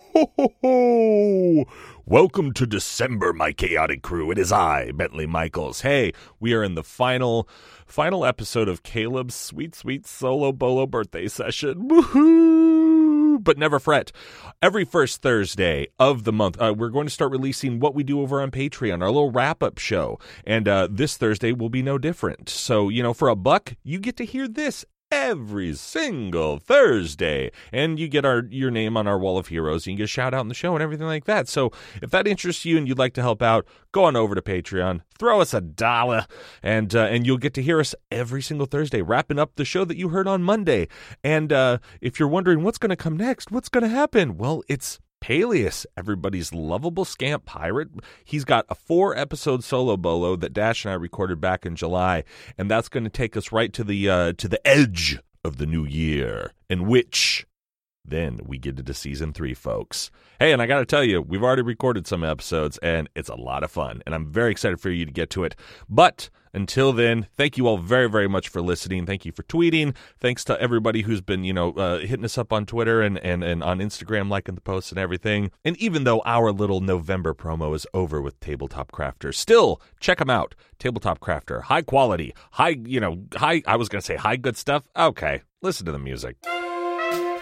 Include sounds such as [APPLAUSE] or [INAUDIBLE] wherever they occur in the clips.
ho, ho, ho! Welcome to December, my chaotic crew. It is I, Bentley Michaels. Hey, we are in the final, final episode of Caleb's sweet, sweet solo bolo birthday session. Woohoo! But never fret. Every first Thursday of the month, uh, we're going to start releasing what we do over on Patreon, our little wrap up show. And uh, this Thursday will be no different. So, you know, for a buck, you get to hear this every single Thursday. And you get our your name on our wall of heroes and you get a shout out in the show and everything like that. So if that interests you and you'd like to help out, go on over to Patreon, throw us a dollar, and uh, and you'll get to hear us every single Thursday, wrapping up the show that you heard on Monday. And uh, if you're wondering what's going to come next, what's going to happen? Well, it's Peleus, everybody's lovable scamp pirate. He's got a four episode solo bolo that Dash and I recorded back in July, and that's going to take us right to the uh, to the edge of the new year, in which then we get into season three, folks. Hey, and I got to tell you, we've already recorded some episodes, and it's a lot of fun, and I'm very excited for you to get to it. But until then, thank you all very, very much for listening. Thank you for tweeting. Thanks to everybody who's been, you know, uh, hitting us up on Twitter and, and, and on Instagram, liking the posts and everything. And even though our little November promo is over with Tabletop Crafter, still check them out. Tabletop Crafter, high quality, high, you know, high, I was going to say high good stuff. Okay, listen to the music.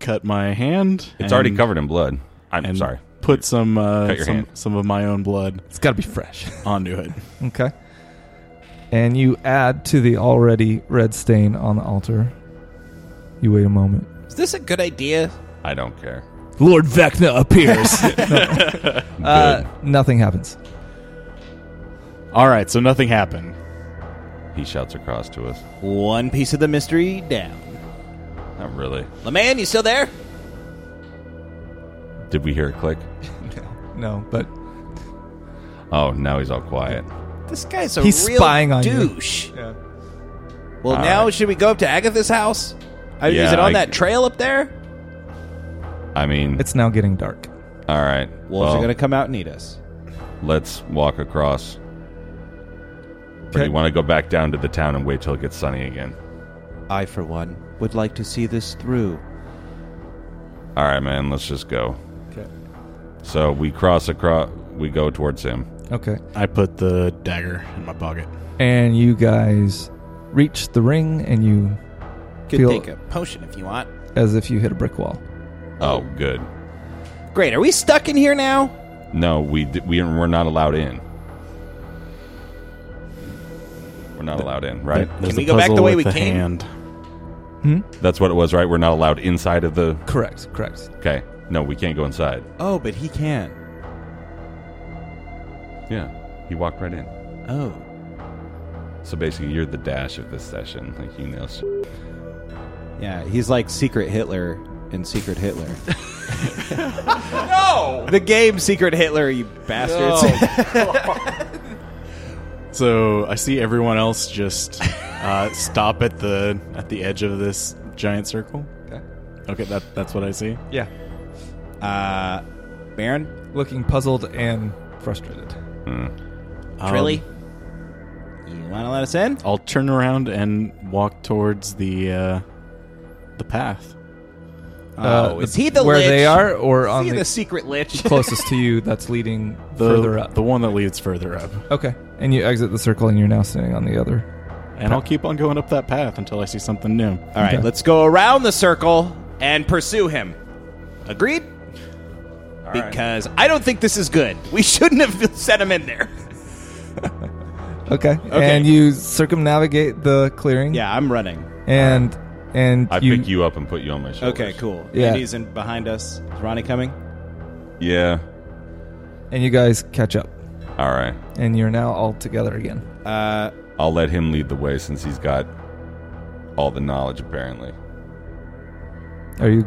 cut my hand. It's already covered in blood. I'm and sorry. Put some uh, Cut your some, hand. some of my own blood It's got to be fresh. onto it. Okay. And you add to the already red stain on the altar. You wait a moment. Is this a good idea? I don't care. Lord Vecna appears. Uh, [LAUGHS] nothing happens. All right, so nothing happened. He shouts across to us. One piece of the mystery down. Not really. LeMan, you still there? Did we hear it click? No, but Oh, now he's all quiet. This guy's a He's real spying on you. douche. Well, now should we go up to Agatha's house? I- is Yeah, it on I- that trail up there? I mean, it's now getting dark. all right. Wolves well, are going to come out and eat us. let's walk across. Or do Okay. you want to go back down to the town and wait till it gets sunny again? I, for one, would like to see this through. All right, man. Let's just go. So we cross across. We go towards him. Okay. I put the dagger in my pocket. And you guys reach the ring and you Could Feel- take a potion if you want. as if you hit a brick wall. Oh, good. Great. Are we stuck in here now? No, we d- we we're not allowed in. We're not allowed in, right? There's we a go back the puzzle way with we came? Hand. That's what it was, right? We're not allowed inside of the. Correct. Correct. Okay. No, we can't go inside. Oh, but he can. Yeah. He walked right in. Oh. So basically, you're the dash of this session. Like, you know. s- Yeah, he's like Secret Hitler and Secret Hitler. [LAUGHS] no! The game Secret Hitler, you bastards. So I see everyone else [LAUGHS] just uh, stop at the at the edge of this giant circle. Okay. Okay, that that's what I see. Yeah. uh, Baron? Looking puzzled and frustrated. Um, Trilly? You want to let us in? I'll turn around and walk towards the uh, the path. Uh, Oh, is he the where lich? they are, or Is on he the, the secret lich? closest to you that's leading The, further up? the one that leads further up, okay. And you exit the circle, and you're now standing on the other. and I'll keep on going up that path until I see something new. [LAUGHS] All right, Okay. let's go around the circle and pursue him. Agreed? Because I don't think this is good. We [LAUGHS] shouldn't have sent him in [LAUGHS] there. Okay. And you circumnavigate the clearing. Yeah, I'm running. And and I you, pick you up and put you on my shoulders. Okay, cool. Yeah. Andy's in behind us. Is Ronnie coming? Yeah. and you guys catch up, All right. and you're now all together again. Uh, I'll let him lead the way since he's got all the knowledge, apparently. Are you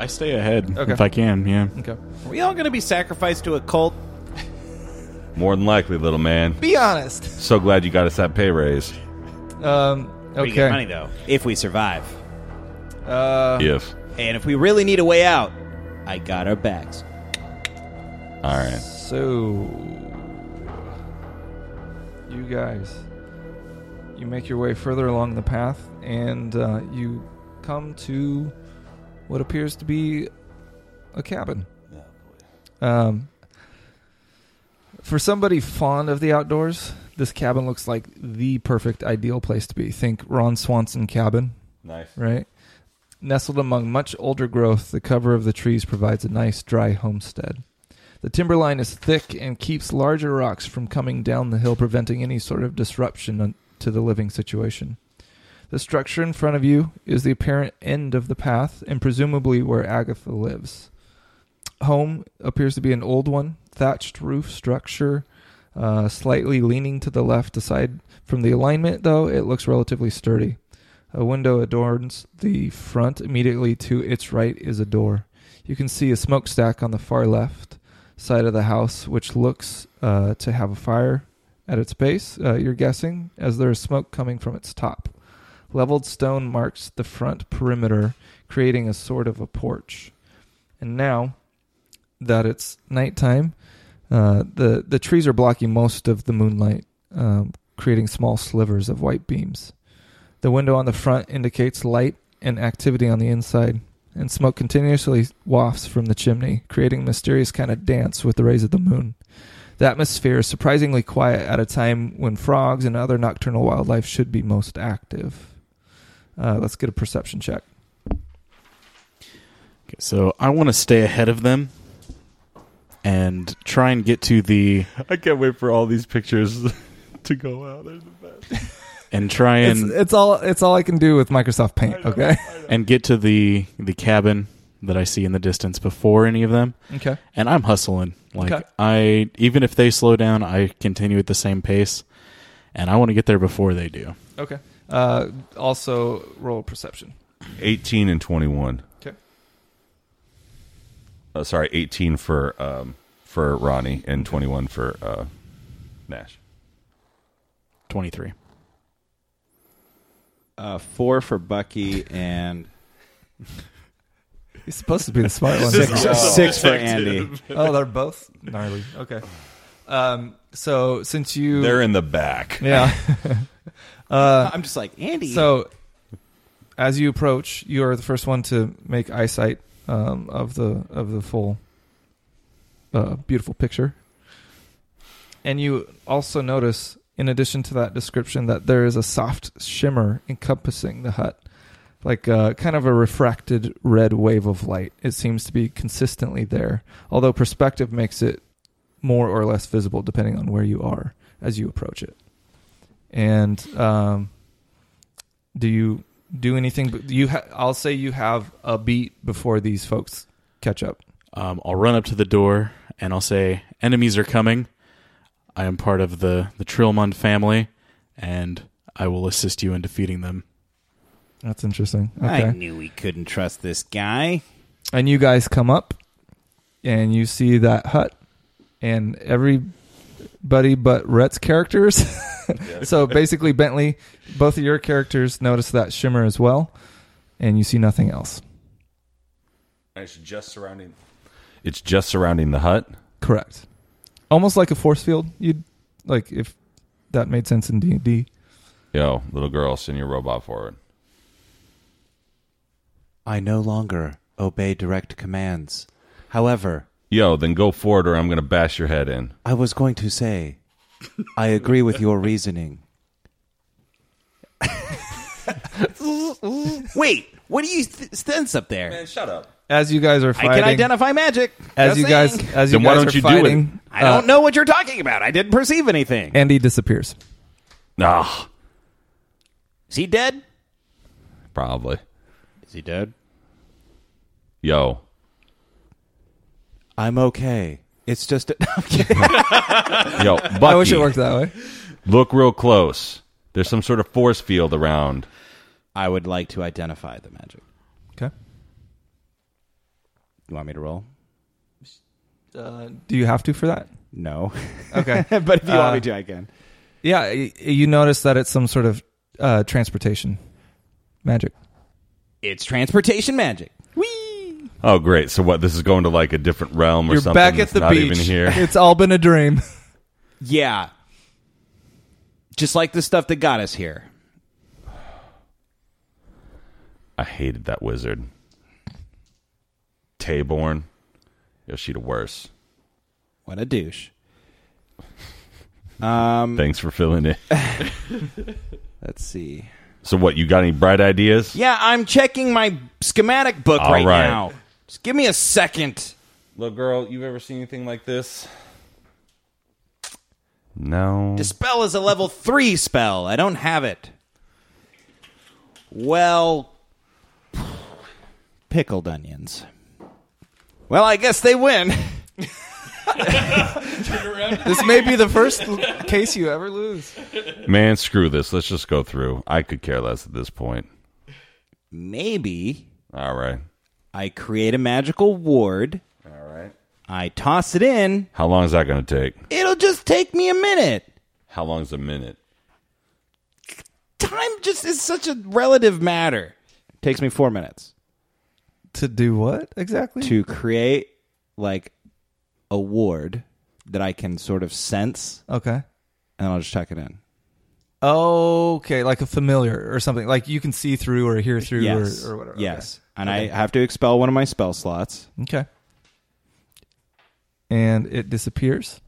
I stay ahead Okay. if I can. Yeah. okay? Are we all going to be sacrificed to a cult? More than likely, little man. Be honest. So glad you got us that pay raise. Um, We get money okay. though if we survive, Uh, If. and if we really need a way out, I got our backs. All right. So, you guys, you make your way further along the path, and uh, you come to what appears to be a cabin. Um, for somebody fond of the outdoors, this cabin looks like the perfect ideal place to be. Think Ron Swanson cabin, Nice. right? Nestled among much older growth, the cover of the trees provides a nice dry homestead. The timberline is thick and keeps larger rocks from coming down the hill, preventing any sort of disruption on- to the living situation. The structure in front of you is the apparent end of the path and presumably where Agatha lives. Home appears to be an old one, thatched roof structure, uh, slightly leaning to the left. Aside from the alignment, though, it looks relatively sturdy. A window adorns the front. Immediately to its right is a door. You can see a smokestack on the far left side of the house, which looks uh, to have a fire at its base, uh, you're guessing, as there is smoke coming from its top. Leveled stone marks the front perimeter, creating a sort of a porch. And now that it's nighttime, uh, the, the trees are blocking most of the moonlight, um, creating small slivers of white beams. The window on the front indicates light and activity on the inside, and smoke continuously wafts from the chimney, creating a mysterious kind of dance with the rays of the moon. The atmosphere is surprisingly quiet at a time when frogs and other nocturnal wildlife should be most active. Uh, let's get a perception check. Okay, so I want to stay ahead of them and try and get to the I can't wait for all these pictures [LAUGHS] to go out. They're the best. [LAUGHS] and try It's, and it's all it's all I can do with Microsoft Paint. Okay. and get to the the cabin that I see in the distance before any of them. Mm-hmm. okay. And I'm hustling. Like Okay. I even if they slow down, I continue at the same pace. And I want to get there before they do. Okay. Uh, also, roll perception. 18 and 21. Okay. Uh, sorry, 18 for um, for Ronnie and 21 for uh, Nash. 23. Uh, four for Bucky and He's supposed to be the smart one. six, six for Andy. oh, they're both gnarly. Okay. Um, so since you, They're in the back. yeah. Uh, I'm just like Andy. so as you approach, you are the first one to make eyesight um, of the of the full uh, beautiful picture, and you also notice, in addition to that description, that there is a soft shimmer encompassing the hut. Like uh, kind of a refracted red wave of light. It seems to be consistently there, although perspective makes it more or less visible depending on where you are as you approach it. And um, do you do anything? but You, ha- I'll say you have a beat before these folks catch up. Um, I'll run up to the door and I'll say, "Enemies are coming." I am part of the the Trillmund family, and I will assist you in defeating them. That's interesting. I Okay, knew we couldn't trust this guy. and you guys come up, and you see that hut, and everybody but Rhett's characters. [LAUGHS] so basically, Bentley, both of your characters notice that shimmer as well, and you see nothing else. It's just surrounding. It's just surrounding the hut. Correct. Almost like a force field. You'd like if that made sense in D and D. Yo, little girl, send your robot forward. I no longer obey direct commands. However, Yo, then go forward, or I'm gonna bash your head in. I was going to say, I agree with your reasoning. [LAUGHS] Wait, what do you th- sense up there? shut up. As you guys are I fighting, can identify magic. as Just you guys saying. as you Then why guys don't are you do it? fighting, I don't know what you're talking about. I didn't perceive anything. Andy disappears. Nah, Is he dead? probably. Is he dead? Yo, I'm okay. It's just a, yo, [LAUGHS] Bucky, I wish it worked that way. look real close. There's some sort of force field around I would like to identify the magic. Okay. You want me to roll? Uh, do you have to for that? [LAUGHS] No. [LAUGHS] Okay. but if you Uh, want me to, I can. yeah, y- you notice that it's some sort of uh, transportation magic. It's transportation magic. Oh, great. So what? This is going to like a different realm or You're something. back at that's the not beach. Even here. [LAUGHS] It's all been a dream. Yeah. Just like the stuff that got us here. I hated that wizard. Tayborn. Yoshida worse. What a douche. Um, Thanks for filling in. let's see. So what, you got any bright ideas? Yeah, I'm checking my schematic book All right, right. now. Just give me a second. Little girl, you've ever seen anything like this? No. Dispel is a level three spell. I don't have it. Well, pickled onions. Well, I guess they [LAUGHS] win. [LAUGHS] this may be the first case you ever lose. Man, screw this. Let's just go through. I could care less at this point. Maybe All right. I create a magical ward. All right. I toss it in. How long is that going to take? It'll just take me a minute. How long is a minute? Time just is such a relative matter. Takes me four minutes. To do what exactly? to create like a ward that I can sort of sense, Okay. and I'll just check it in. Okay, like a familiar or something. Like you can see through or hear through Yes, or, or whatever. Yes, and I have to expel one of my spell slots. Okay. Okay. And it disappears.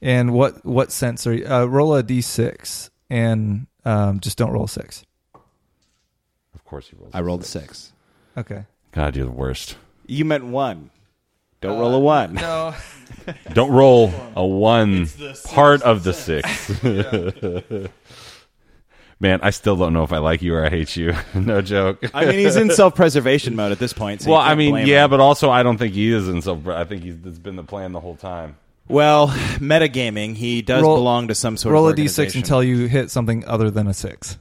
And what what sense are you? Uh, roll a d6 and um, just don't roll six. Of course he rolls. I rolled a six. Okay. God, you're the worst. You meant one. Don't roll a one. No. Don't roll a one part of the six. [LAUGHS] Man, I still don't know if I like you or I hate you. [LAUGHS] no joke. [LAUGHS] I mean, he's in self-preservation mode at this point. So you well, I can't mean, blame yeah, him. but also I don't think he is in self. I think he's it's been the plan the whole time. well, metagaming, he does Roll- belong to some sort roll a of d6 organization. until you hit something other than a six.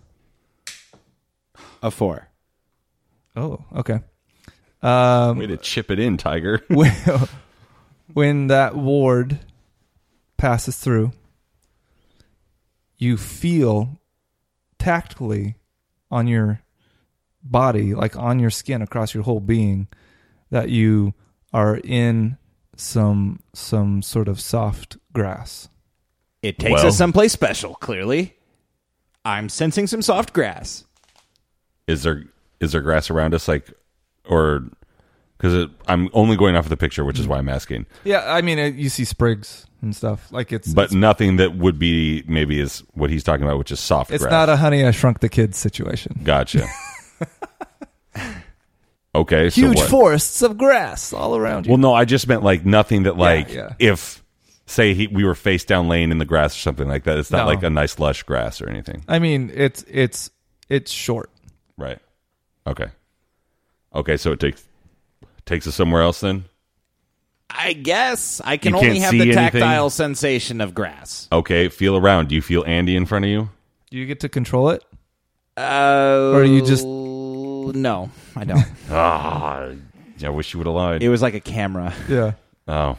a four. Oh, okay. Um, Way to chip it in, Tiger. when, when that ward passes through, you feel tactily on your body, like on your skin, across your whole being, that you are in some some sort of soft grass. It takes Well. us someplace special. Clearly, I'm sensing some soft grass. is there is there grass around us, like, or because I'm only going off of the picture, which is why I'm asking. Yeah, I mean, it, you see sprigs and stuff. Like it's But it's, nothing that would be maybe is what he's talking about, which is soft. it's grass. not a honey I shrunk the kids situation. [LAUGHS] Gotcha. okay. Huge so what? forests of grass all around you. Well, no, I just meant like nothing that like yeah. if say he, we were face down laying in the grass or something like that. It's not No. like a nice lush grass or anything, I mean, it's it's it's short. right? Okay. Okay, so it takes takes us somewhere else then. I guess I can You only can't have see the anything? tactile sensation of grass. Okay, feel around. Do you feel Andy in front of you? Do you get to control it? Uh, Or you just- no, [LAUGHS] I don't. Ah, I wish you would have lied. it was like a camera. Yeah. oh,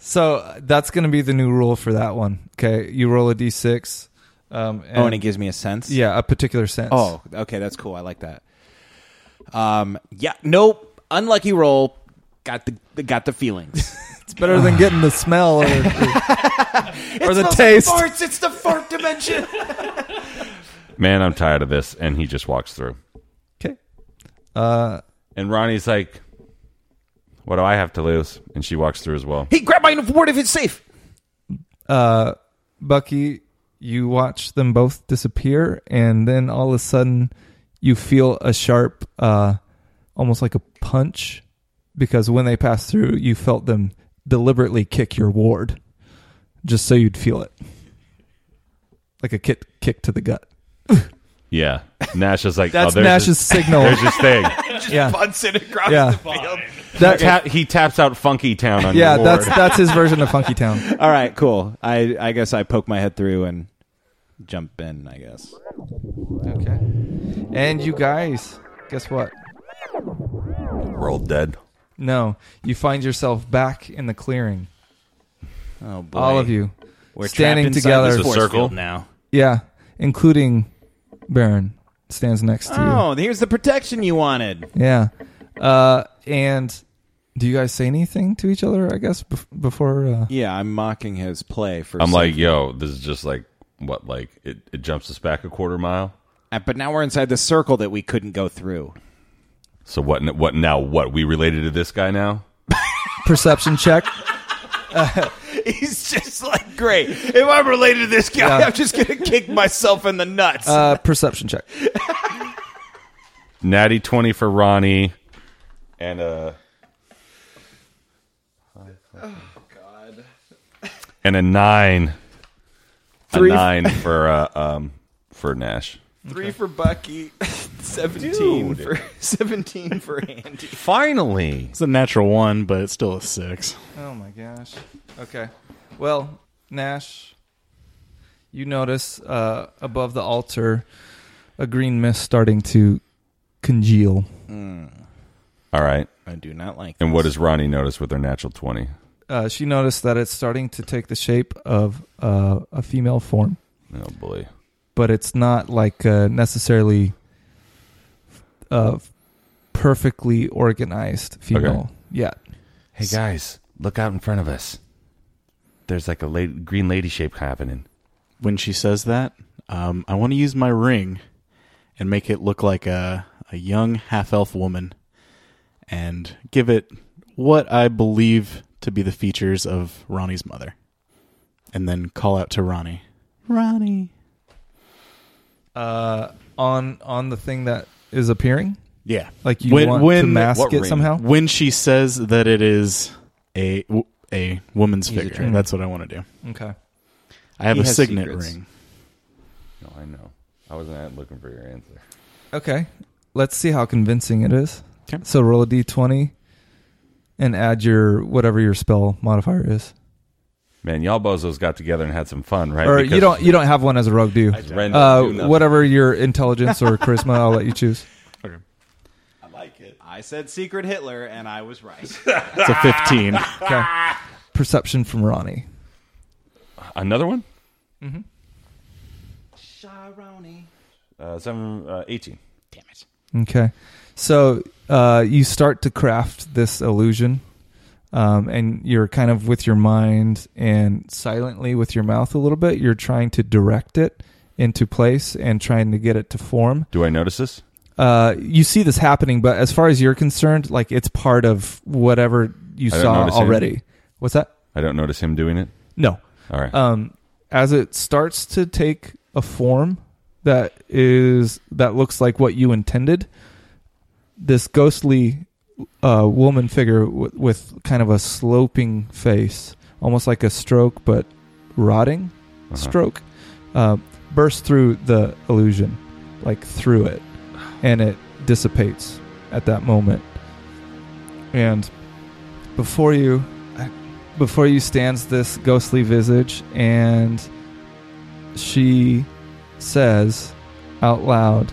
So uh, that's going to be the new rule for that one. Okay, you roll a d6. Um, and, Oh, and it gives me a sense. yeah, a particular sense. Oh, okay, that's cool. I like that. Um, yeah. Nope. Unlucky roll. Got the got [LAUGHS] the feelings. it's better [LAUGHS] than getting the smell or, or, or the taste. farts. It's the fart dimension. man, I'm tired of this. And he just walks through. Okay. And Ronnie's like, "What do I have to lose?" And she walks through as well. [LAUGHS] he grabbed my ward if it's safe. Uh, Bucky, you watch them both disappear, and then all of a sudden, you feel a sharp, uh, almost like a punch, because when they pass through, you felt them deliberately kick your ward, just so you'd feel it, like a kick kick to the gut. Yeah, Nash is like, That's oh, there's [LAUGHS] Nash's this- signal. There's this [LAUGHS] thing. yeah, Bunts it across Yeah. the field. That- Ta- he taps out Funky Town on yeah, your that's board. that's his version of Funky Town. [LAUGHS] All right, cool. I I guess I poke my head through and jump in. I guess. [LAUGHS] Okay. And you guys, guess what? [LAUGHS] Rolled dead. No, you find yourself back in the clearing. Oh boy. All of you. We're standing trapped inside together. this It's a force circle. field now. Yeah, including Baron stands next to you. Oh, here's the protection you wanted. Yeah. Uh, and do you guys say anything to each other, I guess, bef- before? Uh... Yeah, I'm mocking his play for. I'm some- like, yo, this is just like what? Like it, it jumps us back a quarter mile. Uh, but now we're inside the circle that we couldn't go through. So what? n- What now? What we related to this guy now? Perception check. [LAUGHS] He's just like, great. If I'm related to this guy, Yeah. I'm just gonna kick myself in the nuts. Uh, perception check. Natty twenty for Ronnie, and uh. And a nine, Three- a nine for uh, um for Nash. Three for Bucky, [LAUGHS] seventeen Dude. for [LAUGHS] seventeen for Andy. Finally, It's a natural one, but it's still a six. Oh my gosh. Okay. Well, Nash, you notice uh, above the altar a green mist starting to congeal. all right. I do not like. And what does Ronnie notice with her natural twenty? Uh, she noticed that it's starting to take the shape of uh, a female form, Oh boy, but it's not like uh, necessarily uh, perfectly organized female yet. Hey guys, look out in front of us. There's like a lady, green lady shape happening. When she says that, um, I want to use my ring and make it look like a, a young half elf woman and give it what I believe to be the features of Ronnie's mother. And then call out to Ronnie. Ronnie. Uh, on on the thing that is appearing, Yeah. like you want to mask what it ring? somehow. when she says that it is a a woman's He's a figure. traitor. That's what I want to do. Okay. I have He a has signet secrets. ring. No, I know. I wasn't looking for your answer. Okay. Let's see how convincing it is. 'Kay. So roll a d20 and add your whatever your spell modifier is. Man, y'all bozos got together and had some fun, right? Or you Because don't you don't have one as a rogue, do you? it's random, Uh, do nothing. whatever your intelligence or charisma, I'll let you choose. I like it. I said secret Hitler, and I was right. It's a 15. Okay. Perception from Ronnie. Another one? Mm-hmm. Uh, seven, uh, 18. Okay. So uh, you start to craft this illusion, um, and you're kind of with your mind and silently with your mouth a little bit. You're trying to direct it into place and trying to get it to form. Do I notice this? Uh, you see this happening, but as far as you're concerned, like it's part of whatever you I don't saw notice any. already. What's that? I don't notice him doing it. No. All right. Um, as it starts to take a form that is that looks like what you intended, this ghostly uh, woman figure w- with kind of a sloping face, almost like a stroke, but rotting Uh-huh. stroke, uh, bursts through the illusion, like through it, and it dissipates at that moment. And before you, before you stands this ghostly visage, and she says out loud,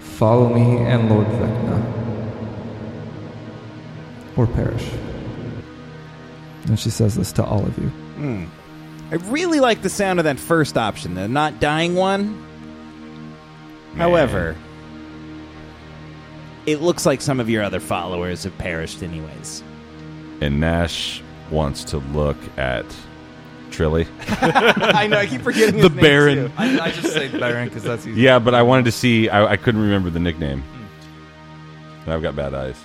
"Follow me and Lord Vecna, or perish." And she says this to all of you. [LAUGHS] I really like the sound of that first option, the not dying one. However, it looks like some of your other followers have perished, anyways. And Nash wants to look at Trilly. I know. I keep [LAUGHS] forgetting The Baron. I, I just say Baron because that's easy. Yeah, but I wanted to see. I, I couldn't remember the nickname. And I've got bad eyes.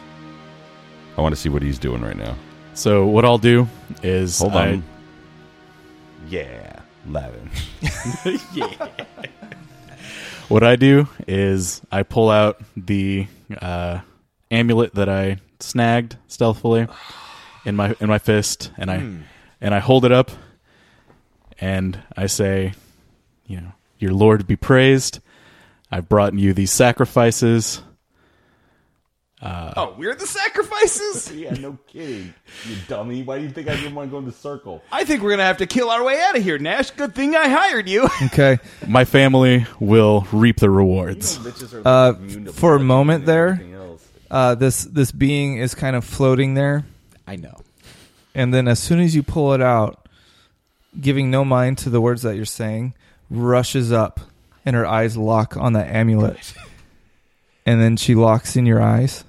I want to see what he's doing right now. So what I'll do is Hold I- on. Yeah, Levin. What I do is I pull out the uh, amulet that I snagged stealthily in my in my fist, and I and I hold it up, and I say, you know, your Lord be praised. I've brought you these sacrifices. oh, we're the [LAUGHS] sacrifices? Yeah, no kidding. You dummy. Why do you think I didn't want to go in the circle? I think we're going to have to kill our way out of here, Nash. Good thing I hired you. Okay. My family will reap the rewards. Uh, for a moment there, uh, this this being is kind of floating there, [LAUGHS] I know. and then as soon as you pull it out, giving no mind to the words that you're saying, rushes up, and her eyes lock on the amulet, and then she locks in your eyes,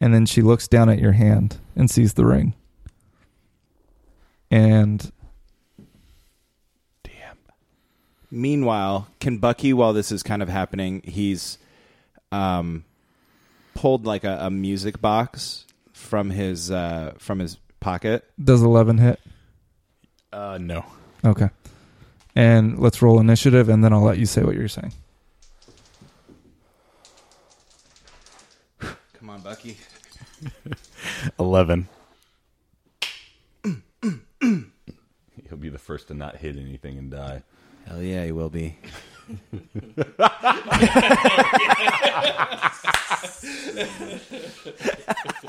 and then she looks down at your hand and sees the ring, and Meanwhile, can Bucky, while this is kind of happening, he's um, pulled like a, a music box from his uh, from his pocket. does eleven hit? Uh, no. Okay, and let's roll initiative, and then I'll let you say what you're saying. Come on, Bucky. 11. [LAUGHS] He'll be the first to not hit anything and die. Hell yeah, he will be.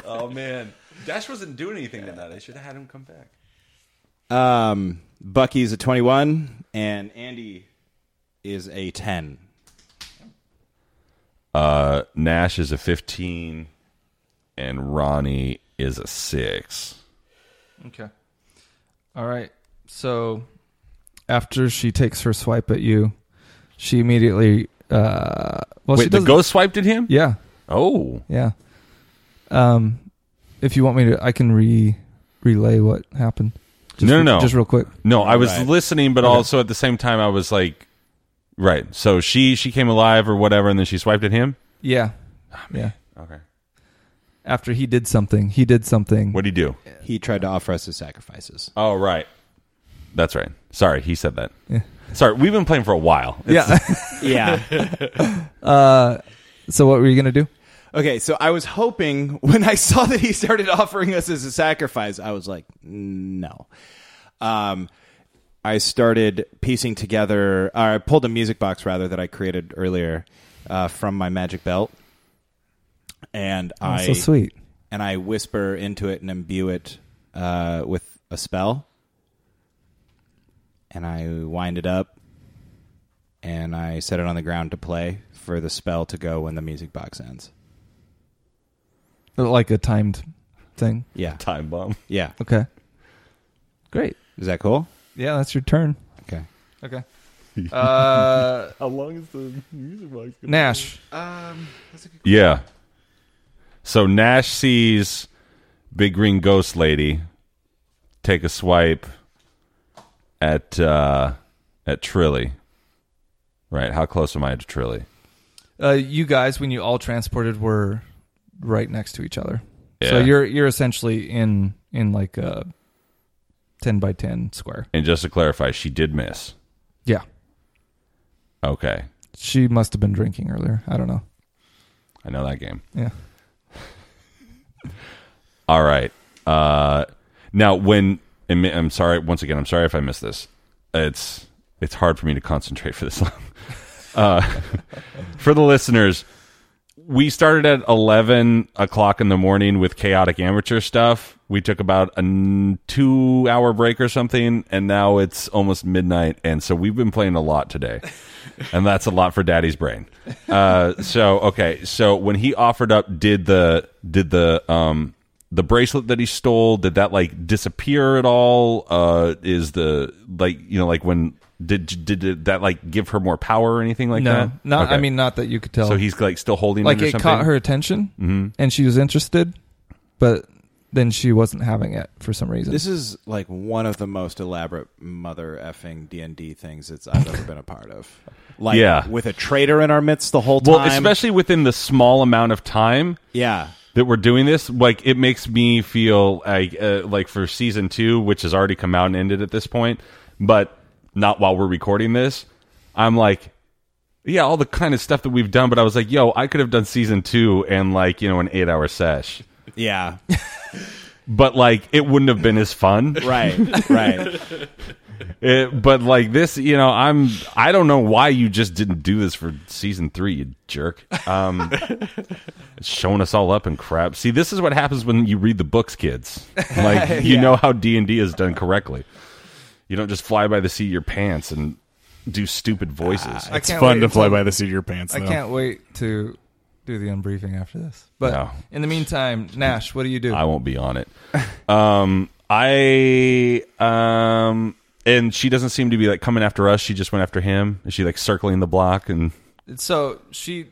Oh, man. Dash wasn't doing anything to that. I should have had him come back. Um, Bucky's a twenty-one, and Andy is a ten. Uh, Nash is a 15, and Ronnie is a 6. Okay. All right. So after she takes her swipe at you, she immediately uh well she Wait, the doesn't- ghost swiped at him? Yeah. Oh. Yeah. Um if you want me to I can re relay what happened. Just No, no, no. Just real quick. No, I was Right. listening, but also at the same time, I was like, right. So she she came alive or whatever, and then she swiped at him. Yeah. yeah. Okay. After he did something, he did something. What do you do? He tried to offer us his sacrifices. Oh, right. That's right. Sorry, he said that. Yeah. Sorry, we've been playing for a while. yeah. Yeah. [LAUGHS] so what were you going to do? Okay, so I was hoping [LAUGHS] when I saw that he started offering us as a sacrifice, I was like, no. Um, I started piecing together, or I pulled a music box rather that I created earlier uh, from my magic belt, and I Oh, so sweet. and I whisper into it and imbue it uh, with a spell, and I wind it up, and I set it on the ground to play for the spell to go when the music box ends. Like a timed thing. Yeah. Time bomb. Yeah. Okay. Great. Is that cool? Yeah, that's your turn. Okay. Okay. Uh, How long is the music box? Nash. Yeah. So Nash sees Big Green Ghost Lady take a swipe at uh at Trilly. Right, how close am I to Trilly? Uh, you guys, when you all transported, were right next to each other. So Yeah. you're you're essentially in in like a ten by ten square. And just to clarify, she did miss. Yeah. Okay. She must have been drinking earlier. I don't know. I know that game. Yeah. All right. Uh, now, when and ma- I'm sorry once again, I'm sorry if I missed this. It's it's hard for me to concentrate for this [LAUGHS] long. uh, for the listeners, we started at eleven o'clock in the morning with chaotic amateur stuff. We took about a n- two hour break or something, and now it's almost midnight, and so we've been playing a lot [LAUGHS] today, and that's a lot for Daddy's brain. Uh, so okay, so when he offered up, did the did the um the bracelet that he stole did that like disappear at all? Uh, is the like you know like when did did, did that like give her more power or anything like no, that? not. I Okay. mean, not that you could tell. So he's like still holding Oh. like it or it something? Mm-hmm. caught her attention, and she was interested, but then she wasn't having it for some reason. This is like one of the most elaborate mother effing D and D things that's I've ever been a part of. Like Yeah. with a traitor in our midst the whole time. Well, especially within the small amount of time yeah. that we're doing this, like it makes me feel like uh, like for season two, which has already come out and ended at this point, but not while we're recording this. I'm like, yeah, all the kind of stuff that we've done, but I was like, yo, I could have done season two and like you know an eight hour sesh, Yeah. [LAUGHS] but like it wouldn't have been as fun. [LAUGHS] Right. Right. It- but like this, you know, I'm I don't know why you just didn't do this for season three, you jerk. Um, [LAUGHS] it's showing us all up and crap. See, this is what happens when you read the books, kids. Like you know how D and D is done correctly. You don't just fly by the seat of your pants and do stupid voices. I It's can't fun wait to fly until- by the seat of your pants. Though. I can't wait to do the unbriefing after this. But No. in the meantime, Nash, what do you do? I won't be on it. Um, I um, and she doesn't seem to be like coming after us. She just went after him. Is she like circling the block? And so she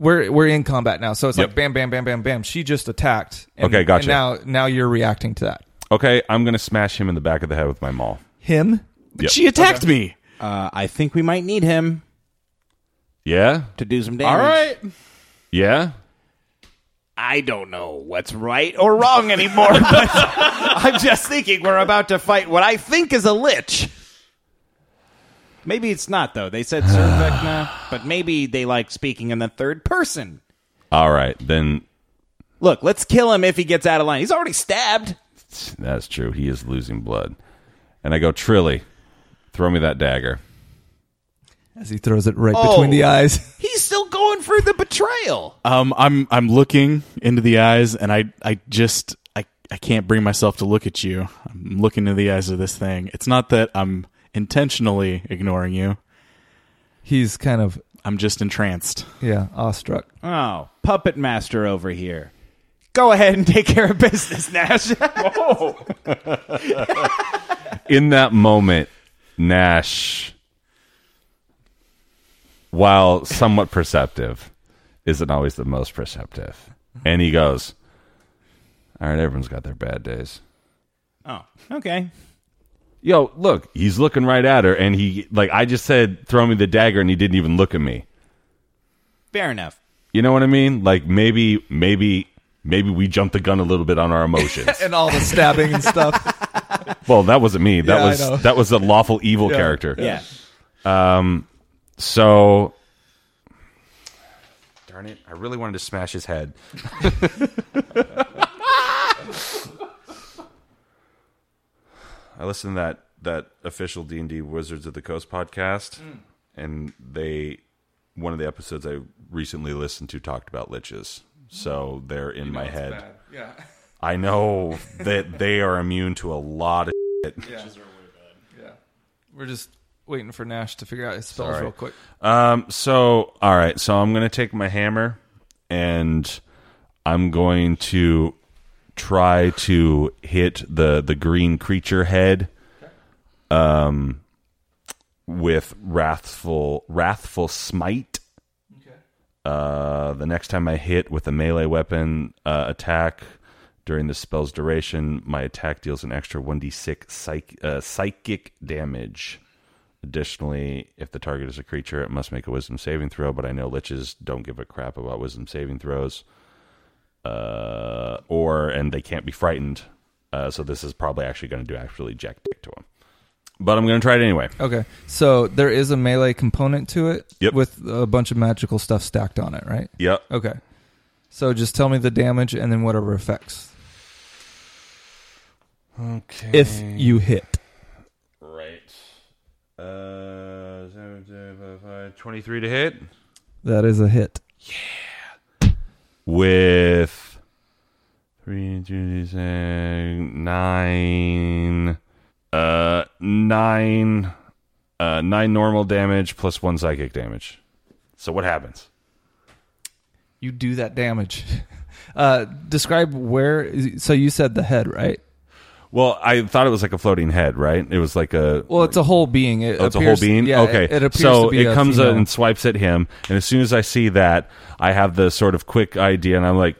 we're we're in combat now so it's Yep. like bam bam bam bam bam she just attacked and, Okay, gotcha. and now now you're reacting to that okay, I'm gonna smash him in the back of the head with my maul. him But she attacked me. Uh, I think we might need him Yeah, to do some damage. yeah. I don't know what's right or wrong anymore, [LAUGHS] but I'm just thinking we're about to fight what I think is a lich. Maybe it's not though. They said Sir [SIGHS] Vecna, but maybe they like speaking in the third person. All right, then Look, let's kill him if he gets out of line. He's already stabbed. that's true. He is losing blood, and I go Trilly, throw me that dagger. as he throws it right Oh. between the eyes [LAUGHS] He's still going for the betrayal. Um, I'm I'm looking into the eyes, and I I just I I can't bring myself to look at you. I'm looking into the eyes of this thing. It's not that I'm intentionally ignoring you. he's kind of I'm just entranced. yeah awestruck Oh, puppet master over here. Go ahead and take care of business, Nash. [LAUGHS] in that moment, Nash, while somewhat perceptive, isn't always the most perceptive. And he goes, All right, everyone's got their bad days. oh, okay. Yo, look, he's looking right at her. And he, like, I just said, throw me the dagger, and he didn't even look at me. Fair enough. You know what I mean? Like, maybe, maybe, maybe we jumped the gun a little bit on our [LAUGHS] emotions. and all the stabbing and [LAUGHS] stuff well, that wasn't me. That Yeah, I know. was, that was a lawful evil character. Yeah. So, darn it! I really wanted to smash his [LAUGHS] head. I listened to that that official D and D Wizards of the Coast podcast, and they one of the episodes I recently listened to talked about liches. So they're in my head. yeah I know that they are immune to a lot of. yeah we're just waiting for nash to figure out his spells real quick Um. So, all right. So I'm gonna take my hammer, and I'm going to try to hit the the green creature head, um, with wrathful wrathful smite. Uh, the next time I hit with a melee weapon uh, attack during the spell's duration, my attack deals an extra 1d6 psych- uh, psychic damage. Additionally, if the target is a creature, it must make a wisdom saving throw, but I know liches don't give a crap about wisdom saving throws. Uh, or, and they can't be frightened. Uh, so this is probably actually going to do actually jack dick to them. But I'm going to try it anyway. okay so there is a melee component to it Yep. with a bunch of magical stuff stacked on it right Yep. okay so just tell me the damage and then whatever effects Okay. if you hit Right. Uh, 23 to hit. that is a hit With 3, two, six, nine, uh, 9, uh, 9 normal damage plus 1 psychic damage. So what happens? you do that damage. [LAUGHS] Uh, describe where. So you said the head, right? Well, I thought it was like a floating head, right? It was like a Well, it's a whole being. It Oh, it's appears- a whole being. Yeah, okay, It, it appears so to be it a comes female. and swipes at him, and as soon as I see that, I have the sort of quick idea, and I'm like,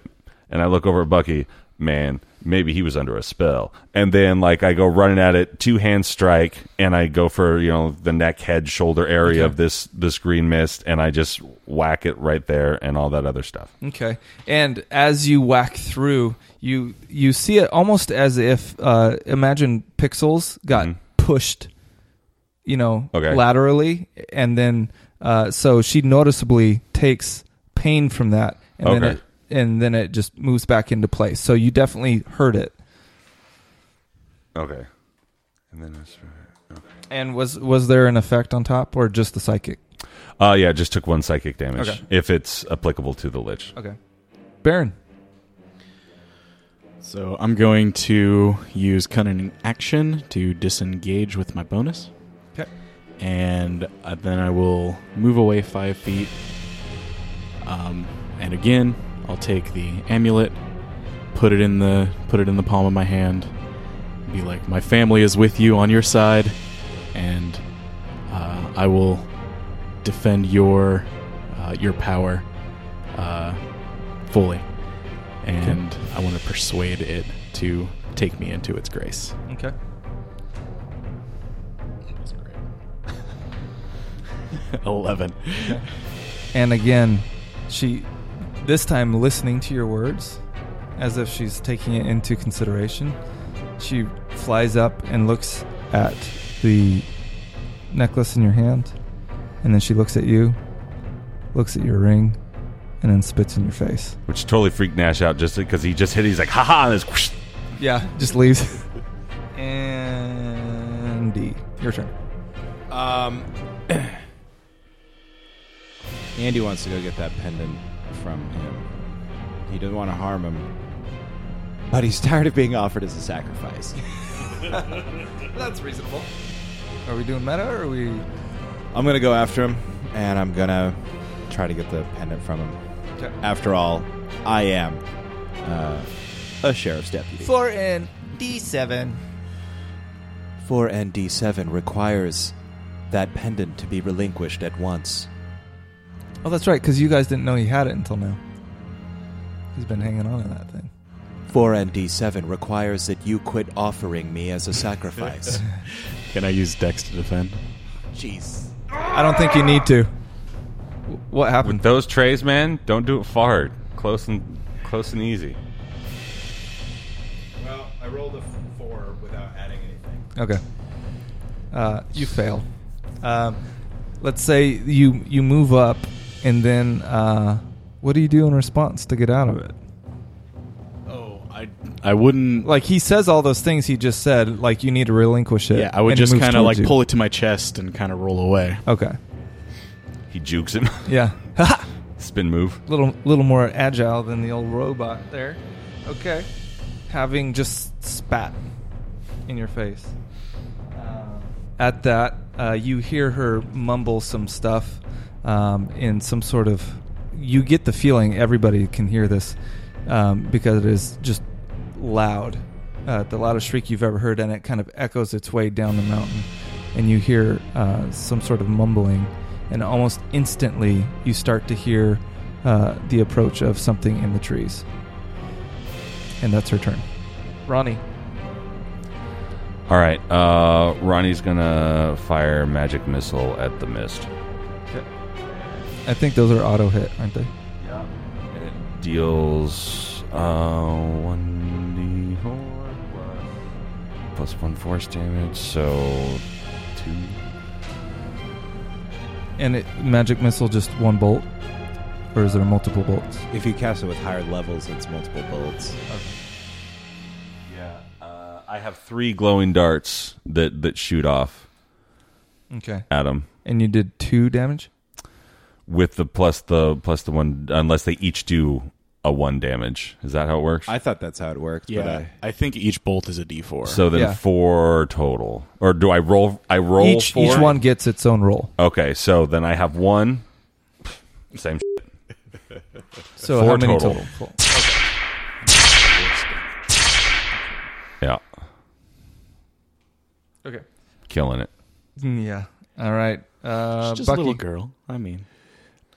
and I look over at Bucky, man, maybe he was under a spell, and then like I go running at it, two hand strike, and I go for you know the neck, head, shoulder area of this this green mist, and I just whack it right there, and all that other stuff. Okay, and as you whack through, you you see it almost as if uh, imagine pixels got pushed, you know, Mm-hmm. Okay. laterally, and then uh, so she noticeably takes pain from that, and then Okay. it, and then it just moves back into place. So you definitely heard it. Okay, and then I okay. And was was there an effect on top or just the psychic? Uh, yeah, just took one psychic damage Okay. if it's applicable to the lich. Okay. Baron. So I'm going to use cunning action to disengage with my bonus. 'Kay. And uh, then I will move away five feet. Um, and again, I'll take the amulet, put it in the put it in the palm of my hand, be like, "My family is with you on your side," and uh, I will defend your uh, your power uh, fully and I want to persuade it to take me into its grace. Okay. Eleven. And again, she this time listening to your words as if she's taking it into consideration. She flies up and looks at the necklace in your hand, and then she looks at you, looks at your ring, and then spits in your face. which totally freaked Nash out just because he just hit. it. He's like, haha, and it's whoosh. Yeah, just leaves. [LAUGHS] and D, your turn. Um, [CLEARS THROAT] Andy wants to go get that pendant from him. He doesn't want to harm him, but he's [LAUGHS] tired of being offered as a sacrifice. That's reasonable. Are we doing meta or are we? I'm gonna go after him, and I'm gonna try to get the pendant from him. After all, I am uh, a sheriff's deputy. Four and D seven. 4 and D7 requires that pendant to be relinquished at once. Oh, that's right, because you guys didn't know he had it until now. He's been hanging on to that thing. 4 and D7 requires that you quit offering me as a sacrifice. Can I use Dex to defend? Jeez. I don't think you need to. Wh- What With happened? those trays, man, don't do it far. Close and close and easy. [LAUGHS] Well, I rolled a 4 without adding anything. Okay. Uh, you fail. Um, let's say you you move up, and then uh, what do you do in response to get out of it? Oh, I I wouldn't Like he says all those things he just said. Like you need to relinquish it. Yeah, I would and he just moves kind of towards like you. pull it to my chest and kind of roll away. Okay. He jukes him. [LAUGHS] Yeah. [LAUGHS] Haha. Spin move. little little more agile than the old robot there. Okay. Having just spat in your face. Uh, at that, uh, you hear her mumble some stuff um, in some sort of. You get the feeling everybody can hear this um, because it is just loud, uh, the loudest shriek you've ever heard, and it kind of echoes its way down the mountain. And you hear uh, some sort of mumbling, and almost instantly you start to hear uh, the approach of something in the trees. And that's her turn. Ronnie. All right, uh, Ronnie's gonna fire magic missile at the mist. I think those are auto hit, aren't they? And it deals uh, one d four plus one force damage, so two. And it, magic missile just one bolt, or is there multiple bolts? If you cast it with higher levels, it's multiple bullets. Yeah, uh, I have three glowing darts that that shoot off Okay. at him. And you did two damage. with the plus the plus the one unless they each do a one damage. Is that how it works? I thought that's how it worked, but I, I think each bolt is a D four. so then Yeah. four total, or do I roll? I roll each four? each one gets its own roll. Okay, so then I have one. Same. shit. So Four how many total. total? Yeah, Okay. Mm, killing it. Yeah. All right. Uh, just a Bucky. little girl. I mean,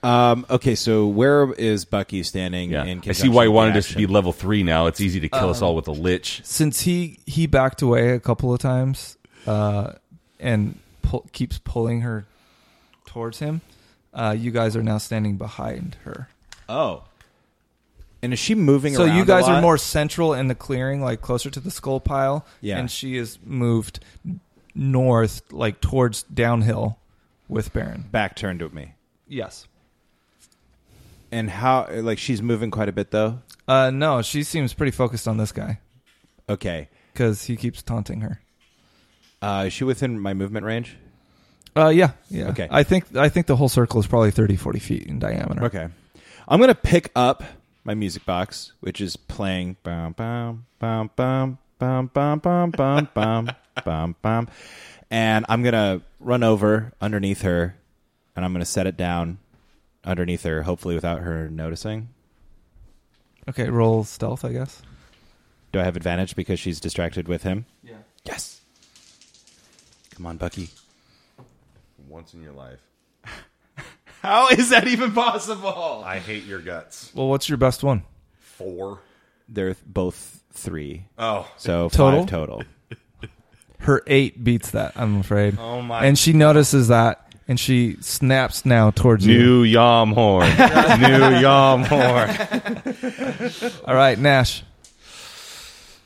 Um, okay, so where is Bucky standing? Yeah, in I see why conjunction you with wanted the us to be action? level three now. It's easy to kill us Um, all with a [LAUGHS] lich. Since he he backed away a couple of times, uh, and pull, keeps pulling her towards him, uh, you guys are now standing behind her. Oh, and is she moving? So around you a guys are lot? more central in the clearing, like closer to the skull pile. Yeah. And she is moved north, like towards downhill with Baron. back turned to me. Yes. And how? Like she's moving quite a bit though. Uh, no, she seems pretty focused on this guy Okay. because he keeps taunting her. Uh, is she within my movement range? Uh, yeah, yeah. Okay. I think I think the whole circle is probably 30, 40 feet in diameter. Okay. I'm going to pick up my music box, which is playing. Bum, bum, bum, bum, bum, bum, bum, bum, [LAUGHS] bum, bum, bum. And I'm going to run over underneath her and I'm going to set it down underneath her, hopefully without her noticing. Okay, roll stealth, I guess. Do I have advantage because she's distracted with him? Yeah. Yes. Come on, Bucky. Once in your life. How is that even possible? I hate your guts. Well, what's your best one? Four. They're both three. Oh. So Total? five total. Her eight beats that, I'm afraid. Oh my. And she notices that, and she snaps now towards you. New yom [LAUGHS] horn. New yom horn. All right, Nash.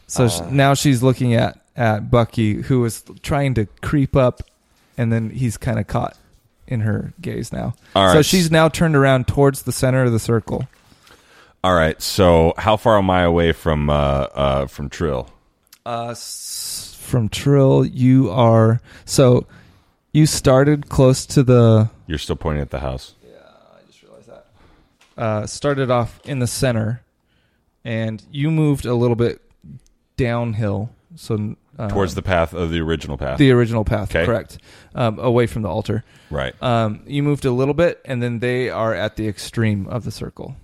So Uh. sh now she's looking at at Bucky, who is trying to creep up, and then he's kind of caught in her gaze now. All right. So she's now turned around towards the center of the circle. All right. So how far am I away from uh, uh, from Trill? Uh, s- from Trill, you are so you started close to the You're still pointing at the house. uh, started off in the center, and you moved a little bit downhill. So uh, Towards the path of the original path. the original path, Okay. correct? Um, away from the altar. right. Um, you moved a little bit, and then they are at the extreme of the circle,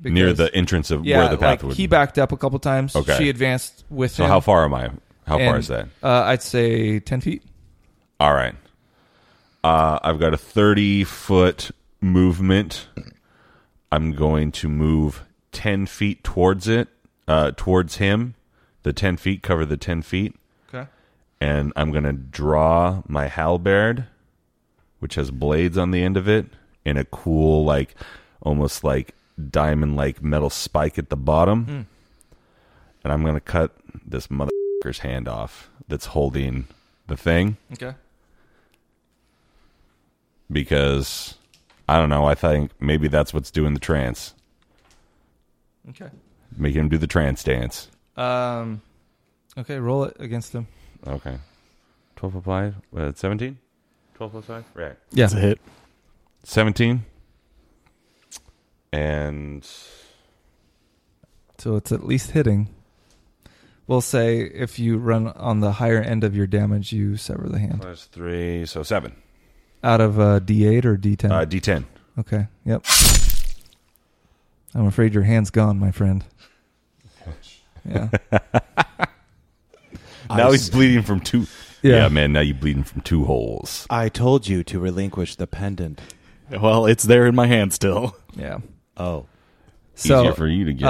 Because- Near the entrance of yeah. where the path like would he backed up a couple times. Okay. She advanced with So him. how far am I? How far and, is that? Uh, I'd say ten feet. All right. Uh, I've got a 30 foot movement. I'm going to move 10 feet towards it, uh, towards him. The 10 feet cover the 10 feet. Okay. And I'm going to draw my halberd, which has blades on the end of it, and a cool, like, almost like diamond like metal spike at the bottom. And I'm going to cut this motherfucker's hand off that's holding the thing Okay. because I don't know. I think maybe that's what's doing the trance, Okay. making him do the trance dance. Um, okay. Roll it against him. Okay, twelve plus five, uh, seventeen. Twelve plus five, right? Yeah. It's a hit. Seventeen, and So it's at least hitting. We'll say if you run on the higher end of your damage, you sever the hand. plus three, so seven. Out of a D8 or D10? Uh, D ten. okay. Yep. I'm afraid your hand's gone, my [LAUGHS] friend. Yeah. Now he's bleeding from two. Yeah. Yeah. man. Now you're bleeding from two holes. I told you to relinquish the pendant. Well, it's there in my hand still. Yeah. Oh. So uh, Easier for you to get.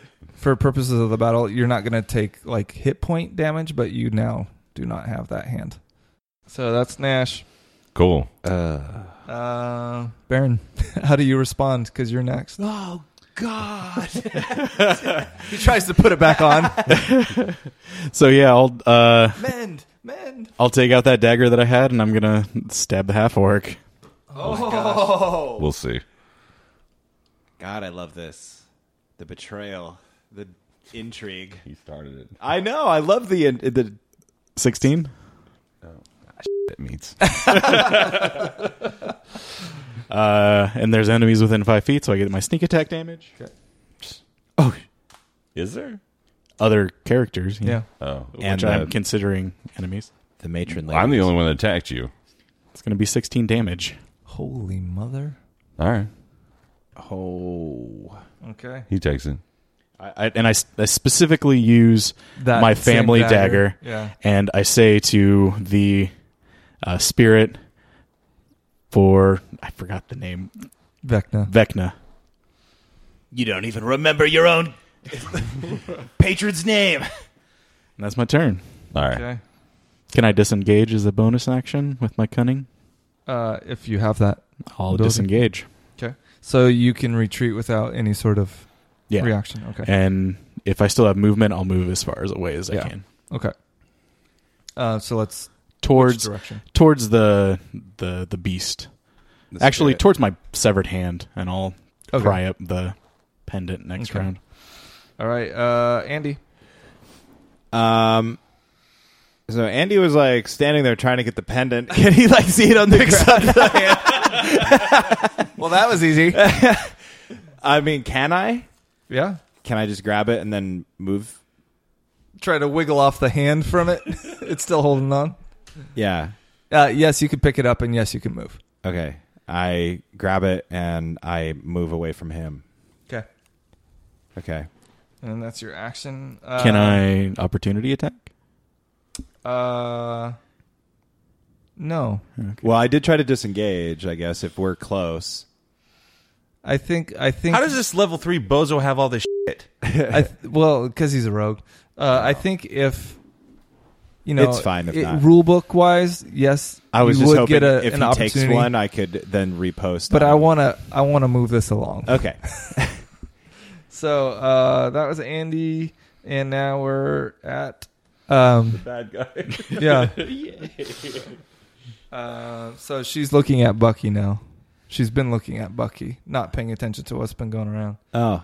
[LAUGHS] for purposes of the battle, you're not going to take like hit point damage, but you now do not have that hand. So that's Nash. cool. Uh, Baron, [LAUGHS] how do you respond? Because you're next. [LAUGHS] Oh God! [LAUGHS] He tries to put it back on. [LAUGHS] So yeah, I'll uh, [LAUGHS] mend, mend. I'll take out that dagger that I had, and I'm gonna stab the half orc. We'll see. God, I love this. The betrayal, the intrigue. He started [LAUGHS] it. I know. I love the in- the. Sixteen. It meets. Uh, and there's enemies within five feet, so I get my sneak attack damage. Oh, Is there? Other characters, you Yeah. Oh, know, and which uh, I'm the, considering enemies. the matron. Lady. I'm the only one that attacked you. It's gonna be sixteen damage. Holy mother. All right. Oh, Okay. He takes it. I, I, and I, s- I specifically use That my same family dagger. dagger. Yeah. and I say to the uh, spirit for I forgot the name Vecna. Vecna. you don't even remember your own [LAUGHS] patron's name. And that's my turn. All right. Okay. Can I disengage as a bonus action with my cunning? Uh, if you have that. I'll Doesn't- disengage. Okay. So you can retreat without any sort of Yeah. reaction. Okay. And if I still have movement, I'll move as far as away as Yeah. I can. Okay. Uh, so let's Towards direction. towards the the the beast. The Actually, spirit. towards my severed hand, and I'll Okay. pry up the pendant next Okay. round. All right. Uh, Andy. Um, So Andy was like standing there trying to get the pendant. [LAUGHS] Can he like see it on the ground? Well, that [LAUGHS] was easy. I mean, can I? yeah. Can I just grab it and then move? Try to wiggle off the hand from it. [LAUGHS] it's still holding on. Yeah. Uh, yes, you can pick it up, and yes, you can move. Okay. I grab it and I move away from him. Okay. Okay. And that's your action. Uh, Can I opportunity attack? Uh, no. Well, I did try to disengage, I guess, if we're close. I think. I think. How does this level three bozo have all this? Shit? I th- well, because he's a rogue. Uh, I think if you know, It's fine if it- not. Rule book wise, yes, I was you just would hoping get a, if an he takes opportunity, one, I could then repost. But on I it. want to. I want to move this along. Okay. So uh, that was Andy, and now we're at um, Bad guy. yeah. Uh, so she's looking at Bucky now. She's been looking at Bucky, not paying attention to what's been going around. Oh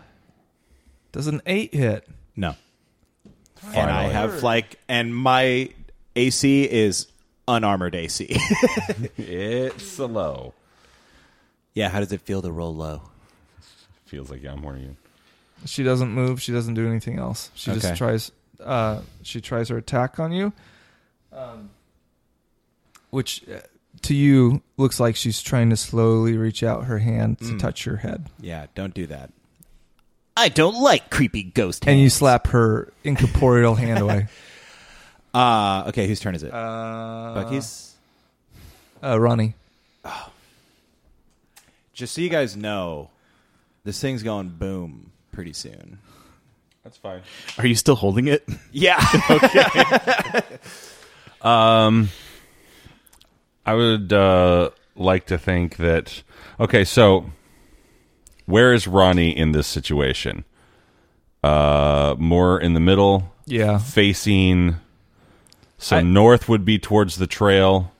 Does an eight hit? no. And I have like, and my AC is unarmored [LAUGHS] AC. It's a low. yeah. How does it feel to roll low? Feels like I'm Morgan. She doesn't move. She doesn't do anything else. She Okay. just tries. Uh, she tries her attack on you, um, which uh, to you looks like she's trying to slowly reach out her hand Mm. to touch your head, Yeah. Don't do that. I don't like creepy ghost and you slap her incorporeal hand [LAUGHS] away. Uh okay. Whose turn is it? Uh, Bucky's. Uh, Ronnie. Just so you guys know, this thing's going boom pretty soon. That's fine. Are you still holding it? Yeah. Um, I would uh, like to think that. Okay, so where is Ronnie in this situation? Uh, more in the middle, Yeah. facing. So I- north would be towards the trail.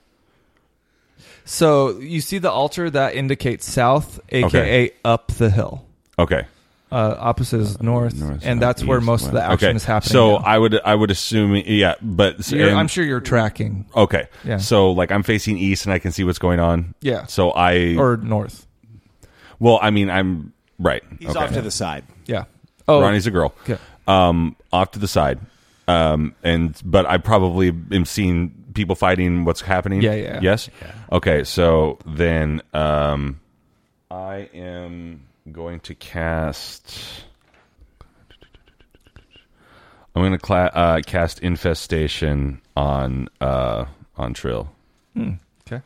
So you see the altar that indicates south, aka up the hill. Okay, Uh, opposite is north, north, and south, that's where east, most of the west. action okay. is happening. So now. I would I would assume yeah, but You're- and- I'm sure you're tracking. Okay. Yeah. So like I'm facing east and I can see what's going on. Yeah. So I or north. well I mean I'm right. [LAUGHS] He's off to the side. Yeah. Oh, Ronnie's a girl. okay. Um off to the side. Um and but I probably am seeing people fighting what's happening. Yeah, yeah. Yes? Okay, so then um I am going to cast I'm going to cla- uh, cast infestation on uh on Trill. Okay.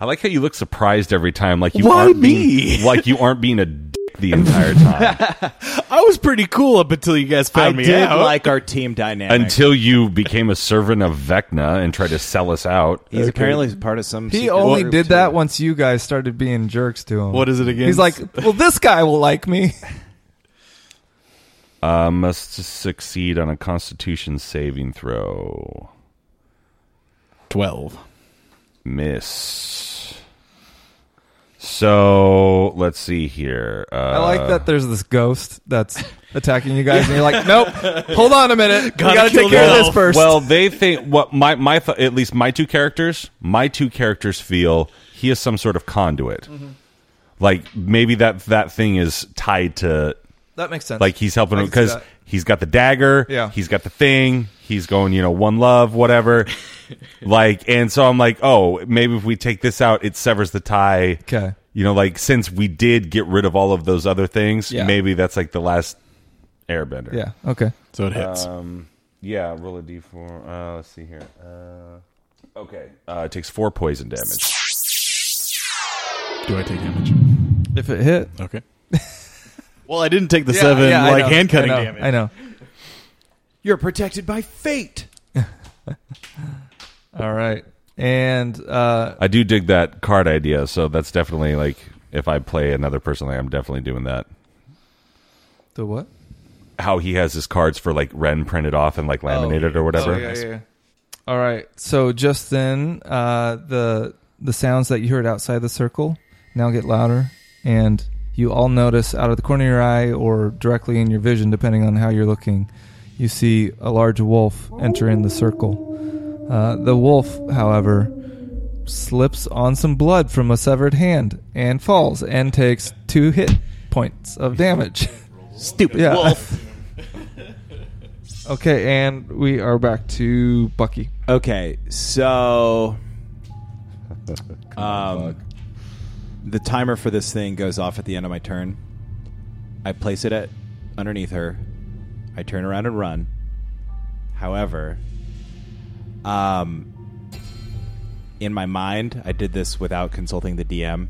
I like how you look surprised every time, like you Why aren't me? being, like you aren't being a dick the [LAUGHS] entire time I was pretty cool up until you guys I found me did out. like our team dynamic. until you became a servant of Vecna and tried to sell us out. He's apparently part of some. He secret only group, did too. that once you guys started being jerks to him. What is it again? He's like, well, this guy will like me. Uh, must succeed on a Constitution saving throw. [LAUGHS] twelve. Miss. So let's see here. Uh, I like that there's this ghost that's attacking you guys, and you're [LAUGHS] like, nope, hold on a minute. Gotta we gotta kill take care the of this elf. first. Well, they think what my my th- at least my two characters, my two characters feel he is some sort of conduit. Mm-hmm. Like maybe that that thing is tied to that makes sense. like he's helping I him can see because that. he's got the dagger, Yeah. he's got the thing, he's going you know one love [LAUGHS] whatever. like and so I'm like oh maybe if we take this out it severs the tie. Okay. You know like since we did get rid of all of those other things, Yeah. maybe that's like the last Airbender. yeah, okay. So it hits. Um, yeah, roll a d4. Uh, let's see here. Uh, okay, uh, it takes four poison damage. Do I take damage? If it hit, Okay. [LAUGHS] well, I didn't take the seven yeah, I like know, hand cutting I know, damage. I know. You're protected by fate. All right, and uh, I do dig that card idea, so that's definitely like if I play another person, like, I'm definitely doing that. the what? How he has his cards for like Ren printed off and like laminated or whatever. Oh, yeah, yeah, yeah. All right. So just then, uh, the the sounds that you heard outside the circle now get louder, and you all notice out of the corner of your eye or directly in your vision, depending on how you're looking, you see a large wolf enter in the circle. Uh, the wolf, however, slips on some blood from a severed hand and falls and takes two hit points of damage. Stupid Yeah. [LAUGHS] wolf. okay, and we are back to Bucky. Okay, so um, the timer for this thing goes off at the end of my turn. I place it at underneath her. I turn around and run. However, um, in my mind, I did this without consulting the DM.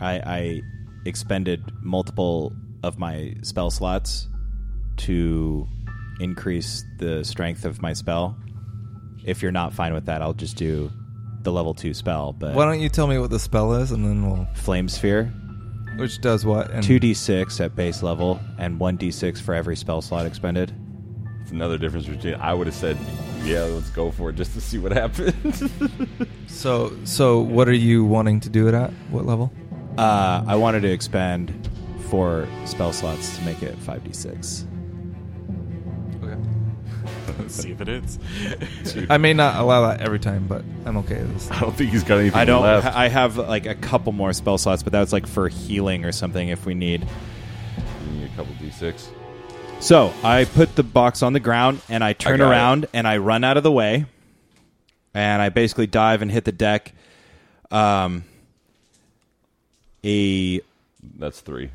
I, I expended multiple of my spell slots to increase the strength of my spell. If you're not fine with that, I'll just do the level two spell. But Why don't you tell me what the spell is, and then we'll flame sphere, which does what? Mhm. And two d six at base level, and one d six for every spell slot expended. It's another difference between. I would have said, yeah, let's go for it just to see what [LAUGHS] happens. So, so what are you wanting to do it at? What level? Uh, I wanted to expend four spell slots to make it five d six. Okay. Let's see if it is. I may not allow that every time, but I'm okay with this. I don't think he's got anything I don't. left. ha- I have like a couple more spell slots, but that's like for healing or something if we need. Give me a couple d6. So I put the box on the ground and I turn got it. around and I run out of the way, and I basically dive and hit the deck. Um, a That's three.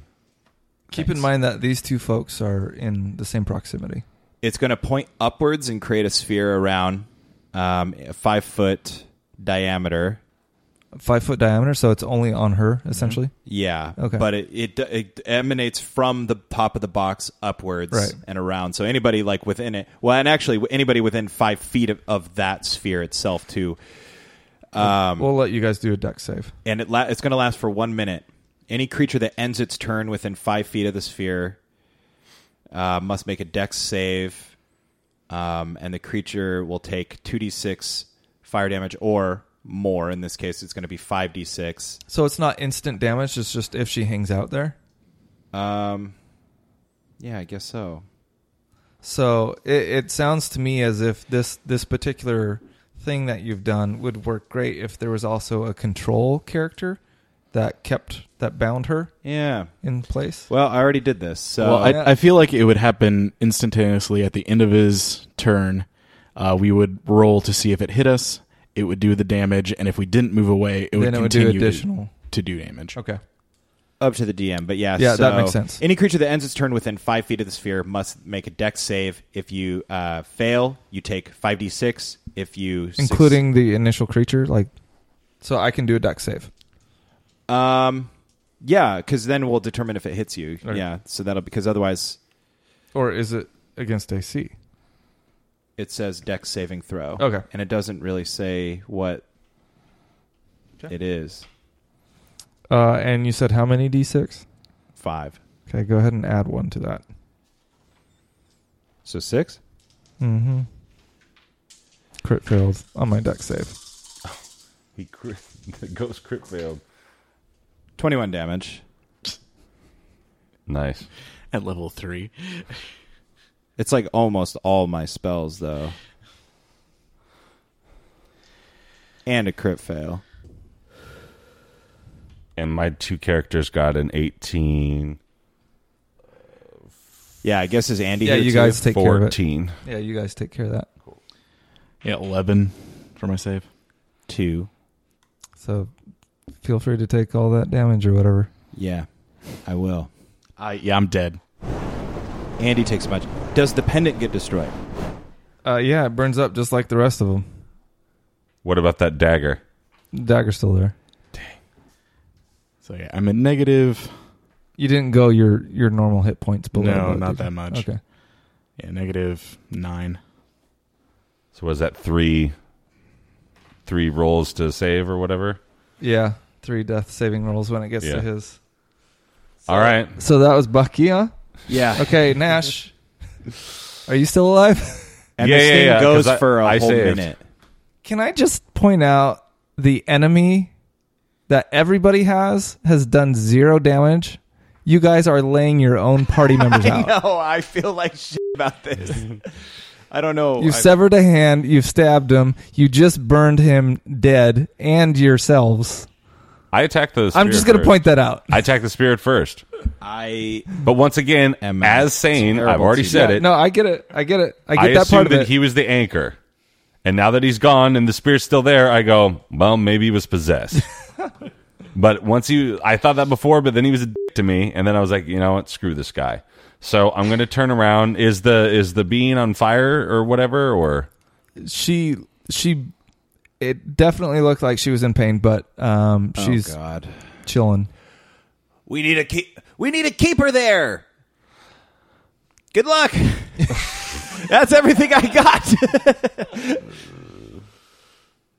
Keep in mind that these two folks are in the same proximity. it's going to point upwards and create a sphere around um, a five foot diameter. Five foot diameter, so it's only on her Mm-hmm. essentially. Yeah. Okay. But it, it it emanates from the top of the box upwards Right. and around. So anybody like within it, well, and actually anybody within five feet of, of that sphere itself too. Um, We'll let you guys do a deck save. and it la- it's going to last for one minute. Any creature that ends its turn within five feet of the sphere uh, must make a dex save, um, and the creature will take 2d6 fire damage or more. In this case, it's going to be 5d6. So it's not instant damage. It's just if she hangs out there. Um, yeah, I guess so. So it, it sounds to me as if this this particular thing that you've done would work great if there was also a control character that kept that bound her Yeah. in place. Well, I already did this. So well, I, yeah. I feel like it would happen instantaneously at the end of his turn. Uh, we would roll to see if it hit us. It would do the damage, and if we didn't move away, it would Then it would do continue to- additional. to, do damage. Okay. up to the DM, but yeah, Yeah, that so makes sense. Any creature that ends its turn within five feet of the sphere must make a Dex save. If you uh, fail, you take five d six. If you suc- including the initial creature like so i can do a deck save um, yeah, because then we'll determine if it hits you. Right. Yeah, so that'll because otherwise or is it against ac it says Dex saving throw. Okay. and it doesn't really say what it is. uh, and you said how many d6 Five, okay go ahead and add one to that so six. mm-hmm crit failed on my deck save He crit, [LAUGHS] the ghost crit failed. 21 damage. Nice. At level three, It's like almost all my spells though. And a crit fail. And my two characters got an 18, Yeah, I guess is Andy. yeah here you too? guys take care of it 14. yeah you guys take care of that yeah, eleven for my save. two. so feel free to take all that damage or whatever Yeah, I will. I yeah, I'm dead. Andy takes a bunch. Does the pendant get destroyed? uh, yeah it burns up just like the rest of them What about that dagger? dagger's still there So yeah, I'm at negative. you didn't go your your normal hit points No, below though, not did you? that much. okay Yeah, negative nine. So was that three, three rolls to save or whatever? yeah three death saving rolls when it gets Yeah. to his All right. so that was bucky huh Yeah. Okay, [LAUGHS] Nash. Are you still alive? [LAUGHS] And Yeah, this yeah, thing yeah, 'cause goes I- for a I whole saved. [LAUGHS] minute. Can I just point out the enemy that everybody has has done zero damage? [LAUGHS] You guys are laying your own party members out. No, I feel like shit about this. [LAUGHS] I don't know. You've I- severed a hand. You've stabbed him. You just burned him dead and yourselves. I attacked the. I'm just spirit going to first. point that out. I attacked the spirit first, I but once again, Am I as sane, I've terrible already to said Yeah, it. No, I get it. I get it. I get I that part assumed of it. that he was the anchor, and now that he's gone and the spirit's still there, I go, well, maybe he was [LAUGHS] possessed. but once he, I thought that before, but then he was a dick to me, and then I was like, you know what, screw this guy. So I'm going to turn around. Is the is the being on fire or whatever or? she she it definitely looked like she was in pain, but um she's God. chilling. We need a keep. We need a keeper there. Good luck. [LAUGHS] That's everything I got. [LAUGHS]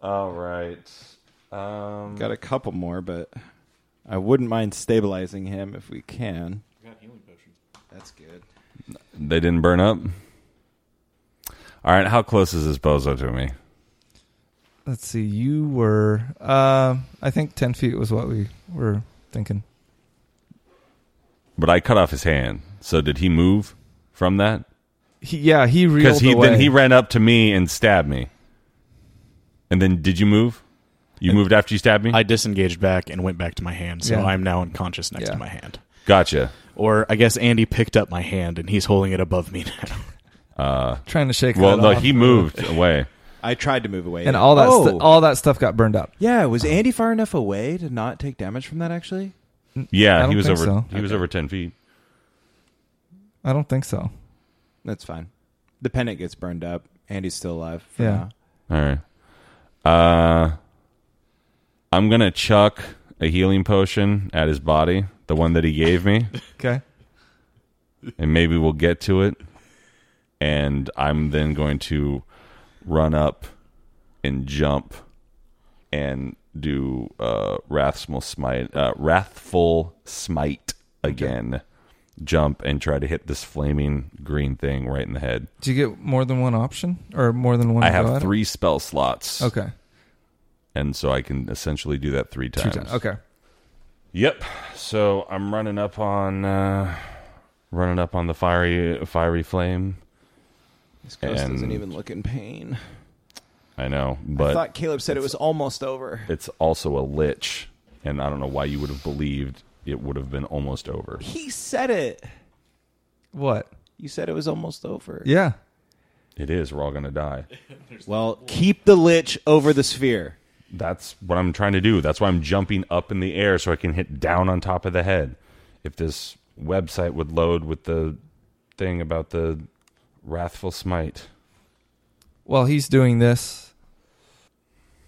All right. Um, got a couple more, but I wouldn't mind stabilizing him if we can. That's good. they didn't burn up. All right, how close is this bozo to me? Let's see, you were uh, I think ten feet was what we were thinking. But I cut off his hand. So did he move from that? He, yeah, he reeled Because he away. then he ran up to me and stabbed me. And then did you move? You moved after you stabbed me. I disengaged back and went back to my hand, so Yeah. I'm now unconscious next Yeah. to my hand. gotcha. Or I guess Andy picked up my hand and he's holding it above me [LAUGHS] now. trying to shake. Well, that no, off. he moved [LAUGHS] away. I tried to move away. and all that Oh. stu- all that stuff got burned up. yeah, was Andy far enough away to not take damage from that? Actually, I Yeah, don't he was think over. so. He was over ten feet. I don't think so. that's fine. The pendant gets burned up. Andy's still alive. for Yeah. now. All right. Uh, I'm gonna chuck a healing potion at his body, the one that he gave me. Okay. and maybe we'll get to it. And I'm then going to run up and jump and do uh, wrathful smite, uh, wrathful smite again. Jump and try to hit this flaming green thing right in the head. Do you get more than one option or more than one? I go at have it? three spell slots, Oh Okay. and so I can essentially do that three Two times. times. Okay. Yep. So I'm running up on uh, running up on the fiery fiery flame. This ghost doesn't And- even look in pain. I know, but I thought Caleb said it was almost over. it's also a lich, and I don't know why you would have believed it would have been almost over. He said it. What? You said it was almost over. Yeah. It is. We're all gonna die. Well, keep the lich over the sphere. That's what I'm trying to do. That's why I'm jumping up in the air so I can hit down on top of the head. If this website would load with the thing about the wrathful smite, while he's doing this,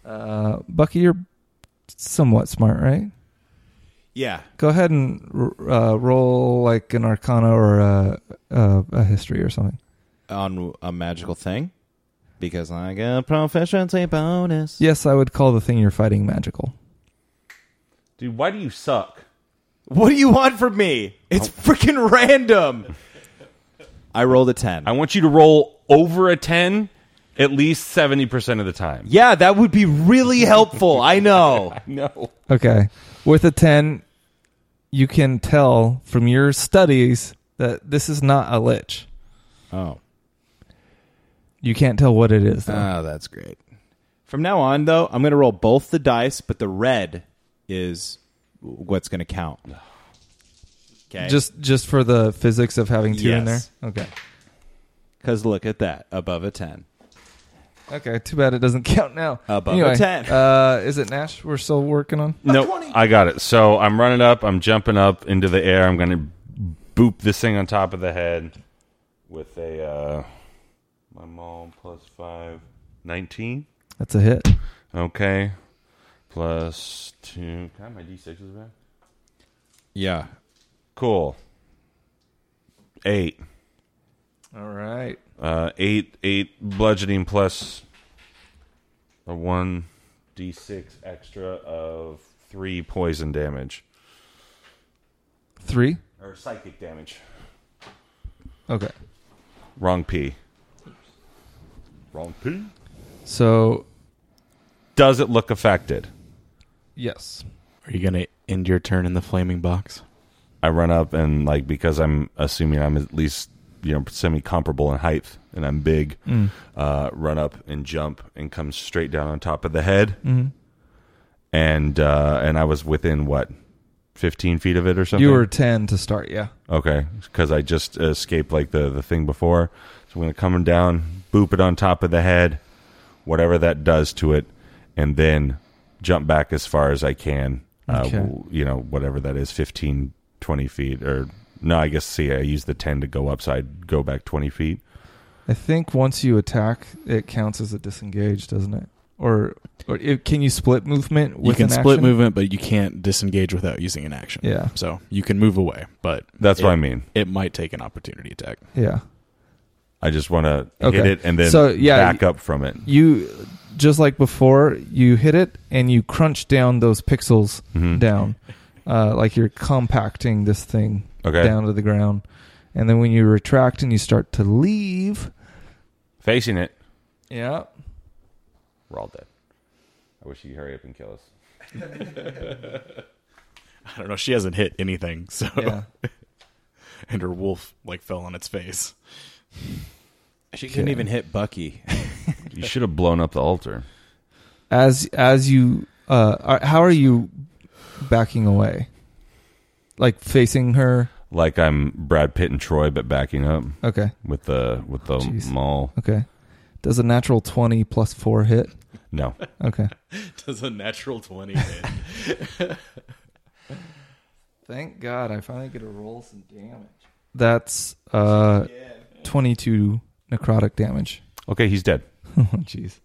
uh, Bucky, you're somewhat smart, right? Yeah. Go ahead and r- uh, roll like an Arcana or a, a, a history or something. On a magical thing. Because I got a proficiency bonus. Yes, I would call the thing you're fighting magical. dude, why do you suck? What do you want from me? It's freaking random. I rolled a 10. I want you to roll over a ten at least seventy percent of the time. yeah, that would be really helpful. I know. No. Okay, with a ten, you can tell from your studies that this is not a lich. Oh. You can't tell what it is. Though. [LAUGHS] Oh, that's great. From now on, though, I'm going to roll both the dice, but the red is what's going to [SIGHS] count. Okay. just just for the physics of having two in there. Yes. Okay. because look at that above a 10. Okay, too bad it doesn't [LAUGHS] count now. Above anyway, a 10. Uh, is it Nash we're still working on? No, I got it. So I'm running up. I'm jumping up into the air. I'm going to boop this thing on top of the head with a uh, my mom plus five, 19. That's a hit. Okay, plus two. Can I have my d6s back? Yeah. Cool. Eight. All right. Uh, eight, eight bludgeoning plus a one d6 extra of three poison damage Three? or psychic damage. Okay. Wrong P. Wrong P. So, Does it look affected? yes. Are you going to end your turn in the flaming box? I run up and like because I'm assuming I'm at least you know semi comparable in height, and I'm big, uh, run up and jump and come straight down on top of the head, and uh, and I was within what, fifteen feet of it or something. You were 10 to start, yeah. Okay, because I just escaped like the the thing before. So I'm gonna come down, boop it on top of the head, whatever that does to it, and then jump back as far as I can. Uh, Okay. w- you know, whatever that is, 15, 20 feet, or no, I guess see, I use the ten to go up, so I'd go back twenty feet. I think once you attack, it counts as a disengage, doesn't it? Or, or it, can you split movement You with can an split action? movement, but you can't disengage without using an action. Yeah. So you can move away, but That's it- what I mean. It might take an opportunity attack. Yeah. I just want to hit Okay. it and then So, yeah, back up from it. You, just like before, you hit it and you crunch down those pixels Mhm. down. Uh, like you're compacting this thing Okay, down to the ground. And then when you retract and you start to leave. facing it, Yeah. we're all dead. I wish you hurry up and kill us. I don't know. She hasn't hit anything, [LAUGHS] so Yeah. and her wolf like fell on its face. [LAUGHS] She couldn't even hit [LAUGHS] Bucky. You should have blown up the altar. as as you uh are, how are you backing away like facing her like I'm Brad Pitt and Troy, but backing up okay with the with the Oh, Jeez. mall. okay does a natural 20 plus 4 hit No, okay Does a natural twenty hit? thank god i finally get to roll some damage that's uh 22 necrotic damage [LAUGHS] okay, he's dead. oh jeez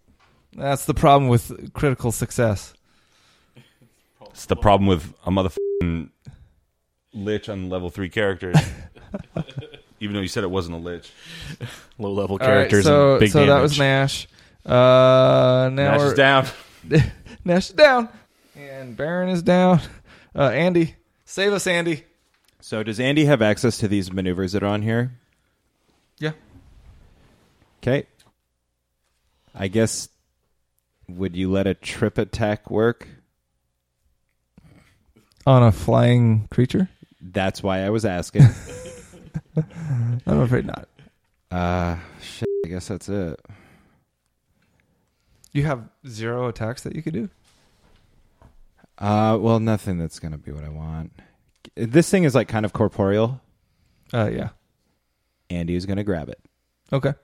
that's the problem with critical success It's the problem with a motherfucking lich on level three [LAUGHS] characters. Even though you said it wasn't a lich, Low level All right, characters. so and big so that was damage. nash uh now Nash is we're- down. Nash is down, and Baron is down. [LAUGHS] Uh, Andy, save us, Andy. So does Andy have access to these maneuvers that are on here? Yeah. Okay. I guess would you let a trip attack work? On a flying creature? That's why I was [LAUGHS] asking. I'm afraid not. uh shit, I guess that's it. You have zero attacks that you could do. Uh well, nothing that's going to be what I want. This thing is like kind of corporeal. Uh, yeah. Andy is going to grab it Okay.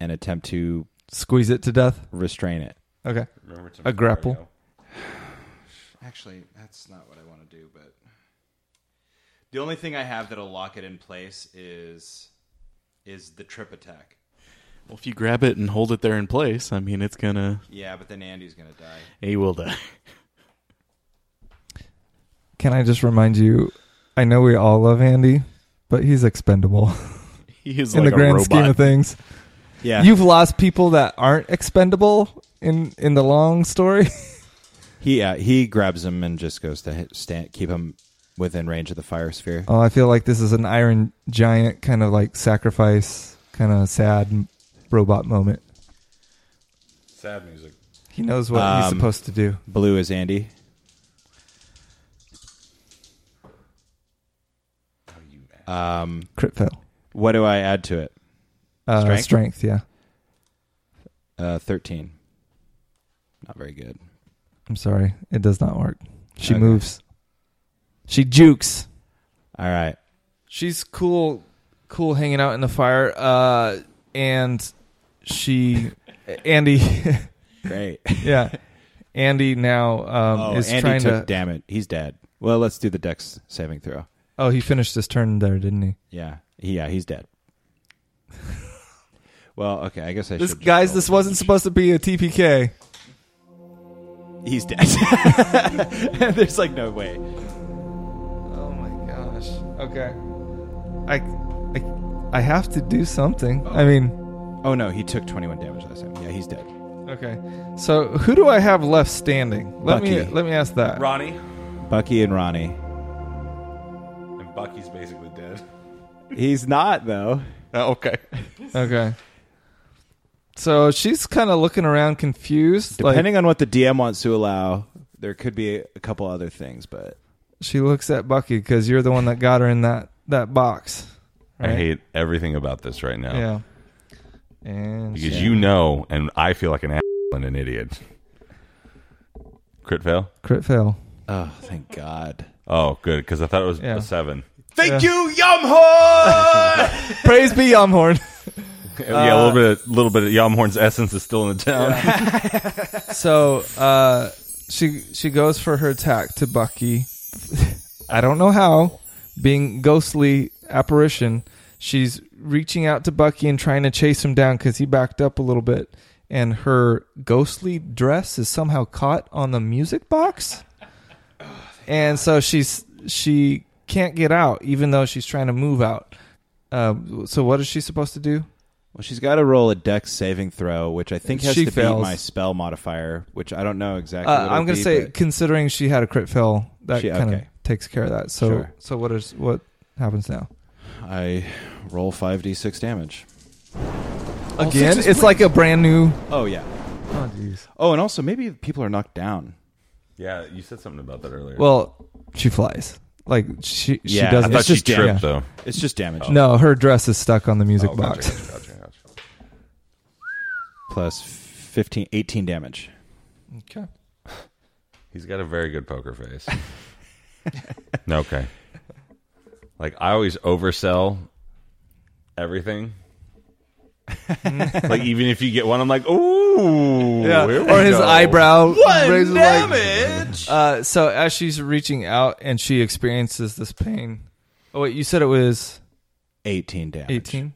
and attempt to Squeeze it to death. restrain it. Okay. Remember to A grapple. Actually, that's not what I want to do, but the only thing I have that'll lock it in place is is the trip attack. Well, if you grab it and hold it there in place, I mean, it's gonna. Yeah, but then Andy's gonna die. He will die. Can I just remind you? I know we all love Andy, but he's expendable [LAUGHS] [LAUGHS] He is in like the grand a robot. scheme [LAUGHS] of things. Yeah, You've lost people that aren't expendable in in the long story. [LAUGHS] he uh, he grabs him and just goes to hit, stand, keep him within range of the fire sphere. oh, I feel like this is an Iron Giant kind of like sacrifice, kind of sad robot moment. Sad music. He knows what he's Um, supposed to do. Blue is Andy. Um, Crit fail. what do I add to it? Uh, Strength? strength? yeah. Uh, Thirteen. Not very good. I'm sorry. It does not work. She Okay. moves. She jukes. All right. She's cool cool hanging out in the fire. Uh and she [LAUGHS] Andy [LAUGHS] Great. Yeah. Andy now um oh, is Andy trying took to damage. He's dead. Well, let's do the Dex saving throw. Oh, he finished his turn there, didn't he? Yeah, He- yeah, he's dead. [LAUGHS] well, okay. I guess I This should. just guys, roll this wasn't damage. supposed to be a TPK. He's dead. [LAUGHS] There's like no way. Oh my gosh. Okay. I I I have to do something. I mean, Oh no, he took 21 damage last time. Yeah, he's dead. Okay. So who do I have left standing? Let me Bucky. let me ask that. Ronnie Bucky and Ronnie. and Bucky's basically dead. [LAUGHS] He's not though. [LAUGHS] okay. Okay. So she's kind of looking around confused. Depending like on what the DM wants to allow, there could be a couple other things, but she looks at Bucky because you're the one that got her in that that box. I Right. hate everything about this right now. Yeah. And Because you know, and I feel like an ass and an idiot. Crit fail? crit fail. Oh, thank God. Oh, good. Because I thought it was Yeah. a seven. Thank you, Yumho. Praise be Yomhorn. yeah, a little Uh, bit. A little bit of Yomhorn's essence is still in the town. so uh, she she goes for her attack to Bucky. [LAUGHS] I don't know how, being ghostly apparition, she's reaching out to Bucky and trying to chase him down because he backed up a little bit, and her ghostly dress is somehow caught on the music box, and so she's she can't get out even though she's trying to move out. Uh, so what is she supposed to do? [LAUGHS] Well, she's got to roll a dex saving throw, which I think has She to fails. beat my spell modifier, which I don't know exactly. Uh, what I'm gonna going to say, considering she had a crit fail, that She- kind of okay. takes care of that. So, Sure. so what is what happens now? I roll five d six damage. Again, it's like a brand new. Oh yeah. Oh, jeez. Oh, and also maybe people are knocked down. Yeah, you said something about that earlier. Well, she flies. Like she, she Yeah, doesn't. I thought it's she just jam- tripped yeah. though. It's just damage. No, her dress is stuck on the music Oh, box. gotcha, gotcha, gotcha, gotcha. Plus 15, 18 damage. Okay. He's got a very good poker [LAUGHS] face. okay. Like I always oversell everything. like even if you get one, I'm like, ooh. here we Or his go. eyebrow raises damage. uh, so as she's reaching out and she experiences this pain. Oh wait, you said it was Eighteen damage. 18.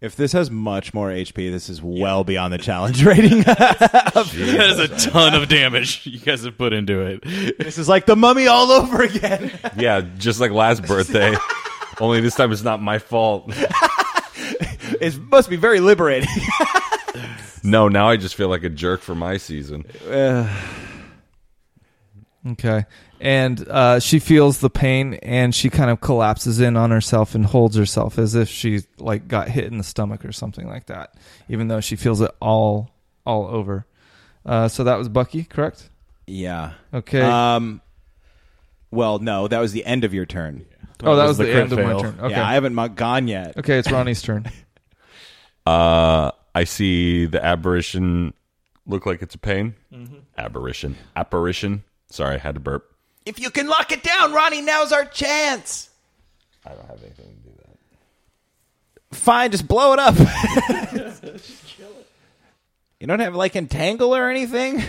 If this has much more HP, this is well beyond the challenge [LAUGHS] rating. That is a ton of damage [LAUGHS] you guys have put into it. this is like the mummy all over again. Yeah, just like last [LAUGHS] birthday. Only this time it's not my fault. It must be very liberating. No, now I just feel like a jerk for my season. Okay. And uh, she feels the pain and she kind of collapses in on herself and holds herself as if she like got hit in the stomach or something like that, even though she feels it all all over. Uh, so that was Bucky, correct? yeah. Okay. Um. Well, no, that was the end of your turn. oh, that was the the, end crit of my fail. turn. Okay. Yeah, I haven't mo- gone yet. okay, it's Ronnie's [LAUGHS] turn. Uh, I see the aberration look like it's a pain. Aberration. Apparition. Sorry, I had to burp. If you can lock it down, Ronnie, now's our chance. I don't have anything to do that. Fine, just blow it up. [LAUGHS] you don't have like entangle or anything. I'm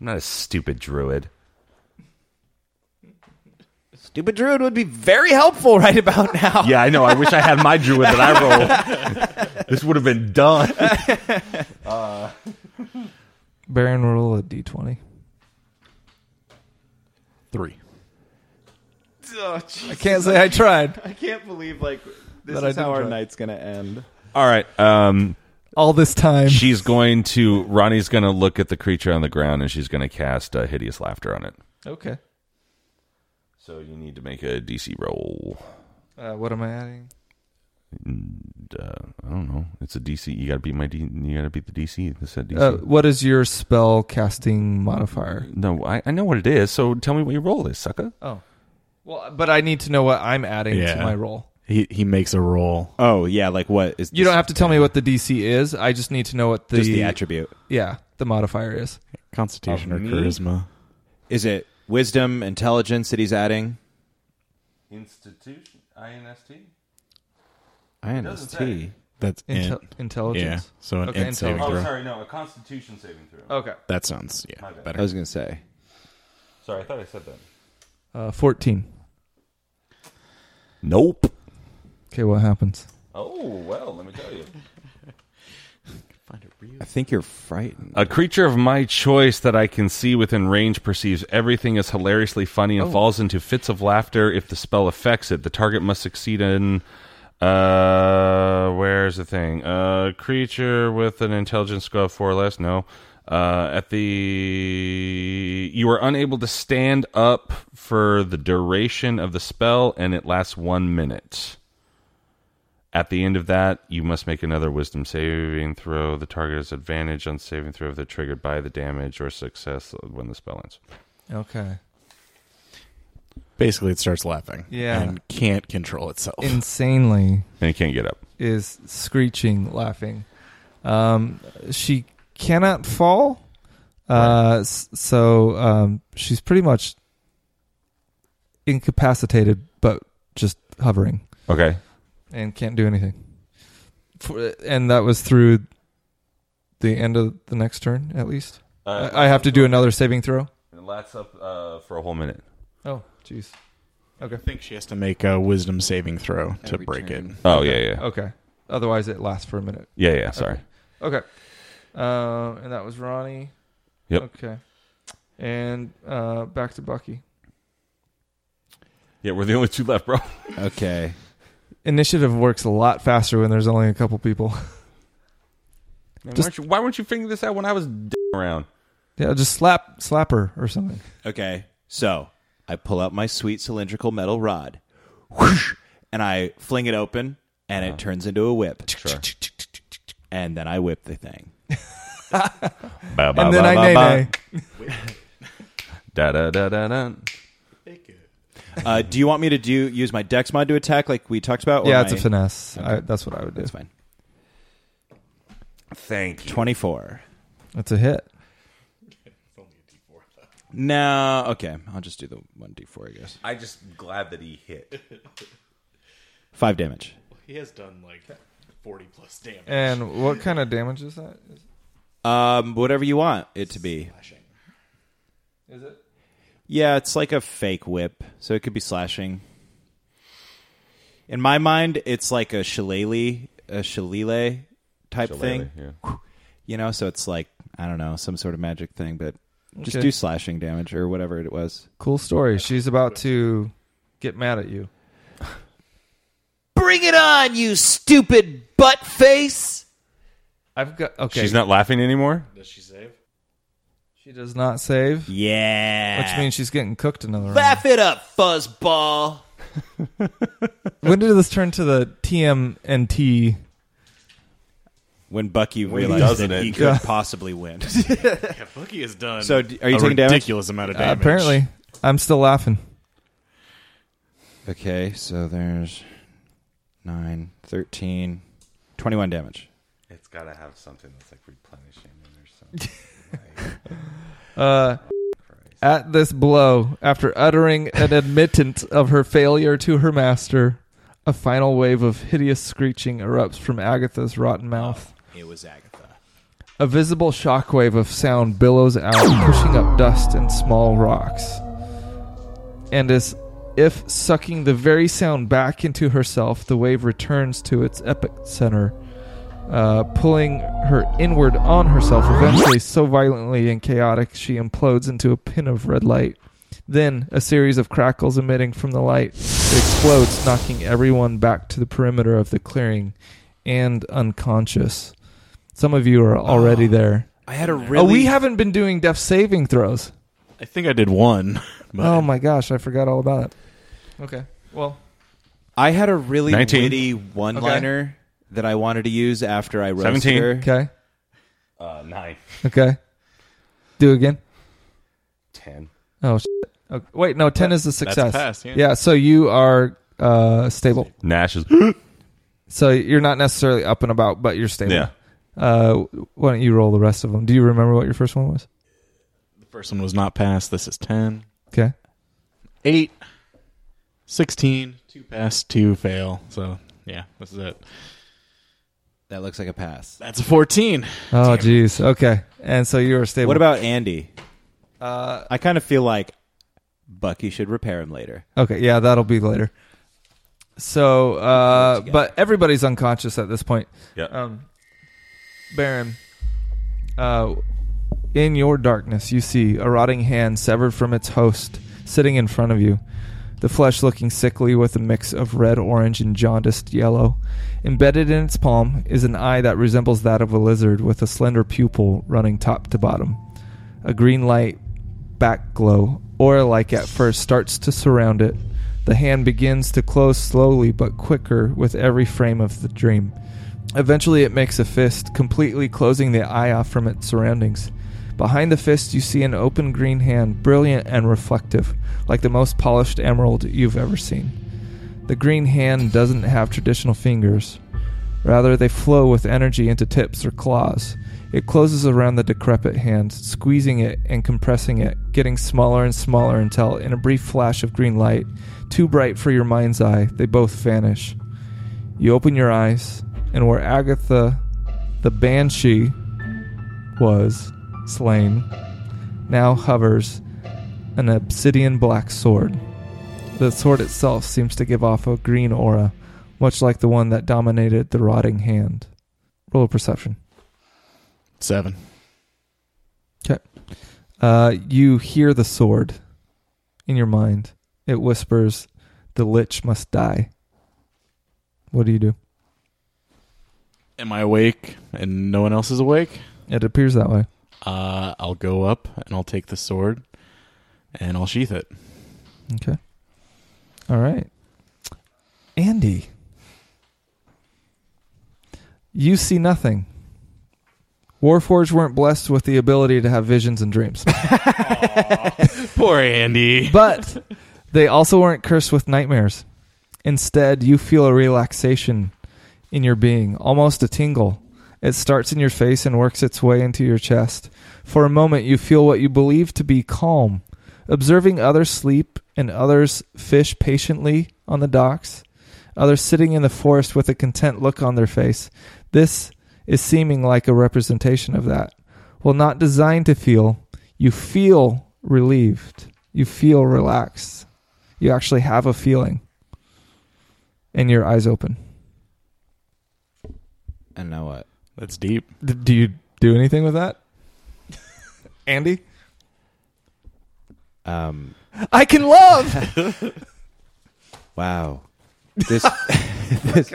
not a stupid druid. Stupid druid would be very helpful right about [LAUGHS] now. Yeah, I know. I wish I had my druid that I rolled. [LAUGHS] this would have been done. Baron roll a D twenty. Three. I can't say I tried. I can't believe like this That I didn't try. night's gonna end. All right. Um, [LAUGHS] All this time. she's going to. Ronnie's going to look at the creature on the ground, and she's going to cast uh, hideous laughter on it. Okay. So you need to make a DC roll. Uh, what am I adding? And, uh, I don't know. It's a DC. You got to beat my. D, you got to beat the DC. This said DC. Uh, what is your spell casting modifier? no, I, I know what it is. So tell me what your roll is, sucker. Oh. Well, but I need to know what I'm adding to Yeah. my roll. He he makes a roll. Oh yeah, like what is? You don't have to tell me what the DC is. I just need to know what the, just the attribute. yeah the modifier is. Constitution Of or me? charisma. Is it wisdom, intelligence that he's adding? Institution. INST. INST. That's Intel- int. Yeah. intelligence. So an Okay, int saving intelligence. throw. Oh, sorry. No, a Constitution saving throw. Okay. That sounds yeah I better. was gonna say. Sorry, I thought I said that. Uh, Fourteen. Nope. Okay, what happens? Oh, well, let me tell you. I think you're frightened. A creature of my choice that I can see within range perceives everything as hilariously funny and falls into fits of laughter if the spell affects it. The target must succeed in. Uh, where's the thing? uh, creature with an intelligence score of four or less. No. Uh, at the you are unable to stand up for the duration of the spell, and it lasts one minute. At the end of that, you must make another wisdom saving throw. The target has advantage on saving throw if they're triggered by the damage or success when the spell ends. Okay. Basically, it starts laughing. Yeah. And can't control itself. insanely and he can't get up. is screeching laughing. Um, she cannot fall, uh, s- so um, she's pretty much incapacitated, but just hovering Okay. and can't do anything. For, and that was through the end of the next turn, at least. I, I have to do another saving throw. Uh, And lats up uh, for a whole minute. Oh, jeez. Okay. I think she has to make a wisdom saving throw to Every break turn. it. Oh yeah, yeah, Okay. Otherwise, it lasts for a minute. yeah, yeah. Sorry. Okay. Um, and that was Ronnie. Yep. Okay. And uh, back to Bucky. Yeah, we're the only two left, [LAUGHS] bro. Okay. Initiative works a lot faster when there's only a couple people. [LAUGHS] Man, why, weren't Just- you, why weren't you figuring this out when I was d- around? yeah, just slap slap her or something. Okay. So I pull out my sweet cylindrical metal rod, whoosh, and I fling it open, and Uh-huh. it turns into a whip. Sure. And then I whip the thing. Ba, ba, And then ba, I ba, nay ba. nay. Da da da da da. Uh, do you want me to do use my dex mod to attack like we talked about? or Yeah, it's a my- finesse. I, that's what I would do. That's fine. Thank you. Twenty four. That's a hit. No. Okay. I'll just do the one d four. I guess I just glad that he hit. five damage. He has done like 40 plus damage. And what kind of damage is that? Is, Um, whatever you want it to be. is it? Yeah, it's like a fake whip, so it could be slashing. In my mind, it's like a shillelagh, a shillelagh type thing, Yeah. you know. So it's like I don't know, some sort of magic thing, but just Okay. do slashing damage or whatever it was. Cool story. She's about to get mad at you. Bring it on, you stupid butt face! I've got okay. She's not laughing anymore. She does not save, Yeah, which means she's getting cooked another round. Laugh it up, fuzzball! When did this turn to the TM and T? when Bucky he realized doesn't that it. he could possibly win. Bucky has done So, d- are you a taking damage? ridiculous amount of damage. Uh, apparently, I'm still laughing. okay, so there's 9, 13, 21 damage. It's got to have something that's like replenishing or something. Uh, at this blow, after uttering an admittance of her failure to her master, a final wave of hideous screeching erupts from Agatha's rotten mouth. Oh, It was Agatha. A visible shockwave of sound billows out, pushing up dust and small rocks. And as if sucking the very sound back into herself, the wave returns to its epicenter, uh, pulling her inward on herself, eventually so violently and chaotic she implodes into a pin of red light. Then, a series of crackles emitting from the light, it explodes, knocking everyone back to the perimeter of the clearing and unconscious. Some of you are Ah, already there. I had a Oh, really we haven't been doing death saving throws. I think I did one. [LAUGHS] But Oh my gosh, I forgot all about it. Okay. Well, I had a really 19. witty one-liner that I wanted to use after I roasted 17. her. okay. Uh, nine, Okay. Do again. ten. Oh, shit. Okay. wait, no, 10 is a success. pass, yeah. so you are uh, stable. Nash [CLEARS THROAT] is So you're not necessarily up and about, but you're stable. yeah. Uh, why don't you roll the rest of them? Do you remember what your first one was? The first one was not passed. This is 10. Okay. 8. 16. 2 pass, 2 fail. So, yeah, this is it. That looks like a pass. That's a 14. Oh, geez. Okay. And so you are stable. What about Andy? Uh, I kind of feel like Bucky should repair him later. Okay, yeah, that'll be later. So, uh, but everybody's unconscious at this point. Yeah. Um, Baron, uh, in your darkness, you see a rotting hand severed from its host sitting in front of you. The flesh looking sickly with a mix of red, orange, and jaundiced yellow. Embedded in its palm is an eye that resembles that of a lizard with a slender pupil running top to bottom. A green light back glow, aura like at first, starts to surround it. The hand begins to close slowly but quicker with every frame of the dream. Eventually, it makes a fist, completely closing the eye off from its surroundings. Behind the fist, you see an open green hand, brilliant and reflective, like the most polished emerald you've ever seen. The green hand doesn't have traditional fingers. Rather, they flow with energy into tips or claws. It closes around the decrepit hand, squeezing it and compressing it, getting smaller and smaller until, in a brief flash of green light, too bright for your mind's eye, they both vanish. You open your eyes, and where Agatha the Banshee was slain, now hovers an obsidian black sword. The sword itself seems to give off a green aura, much like the one that dominated the rotting hand. Roll a perception. Seven. Uh, you hear the sword in your mind. It whispers, The Lich must die. What do you do? Am I awake and no one else is awake? It appears that way. Uh, I'll go up and I'll take the sword and I'll sheath it. All right. Andy. You see nothing. Warforged weren't blessed with the ability to have visions and dreams, Poor Andy. [LAUGHS] but they also weren't cursed with nightmares. Instead, you feel a relaxation in your being, almost a tingle. It starts in your face and works its way into your chest. For a moment, you feel what you believe to be calm. Observing others sleep and others fish patiently on the docks, others sitting in the forest with a content look on their face, this is seeming like a representation of that. While not designed to feel, you feel relieved. You feel relaxed. You actually have a feeling. And your eyes open. And now what? That's deep. D- do you do anything with that? [LAUGHS] Andy? Um, I can [LAUGHS] love! wow. This, this,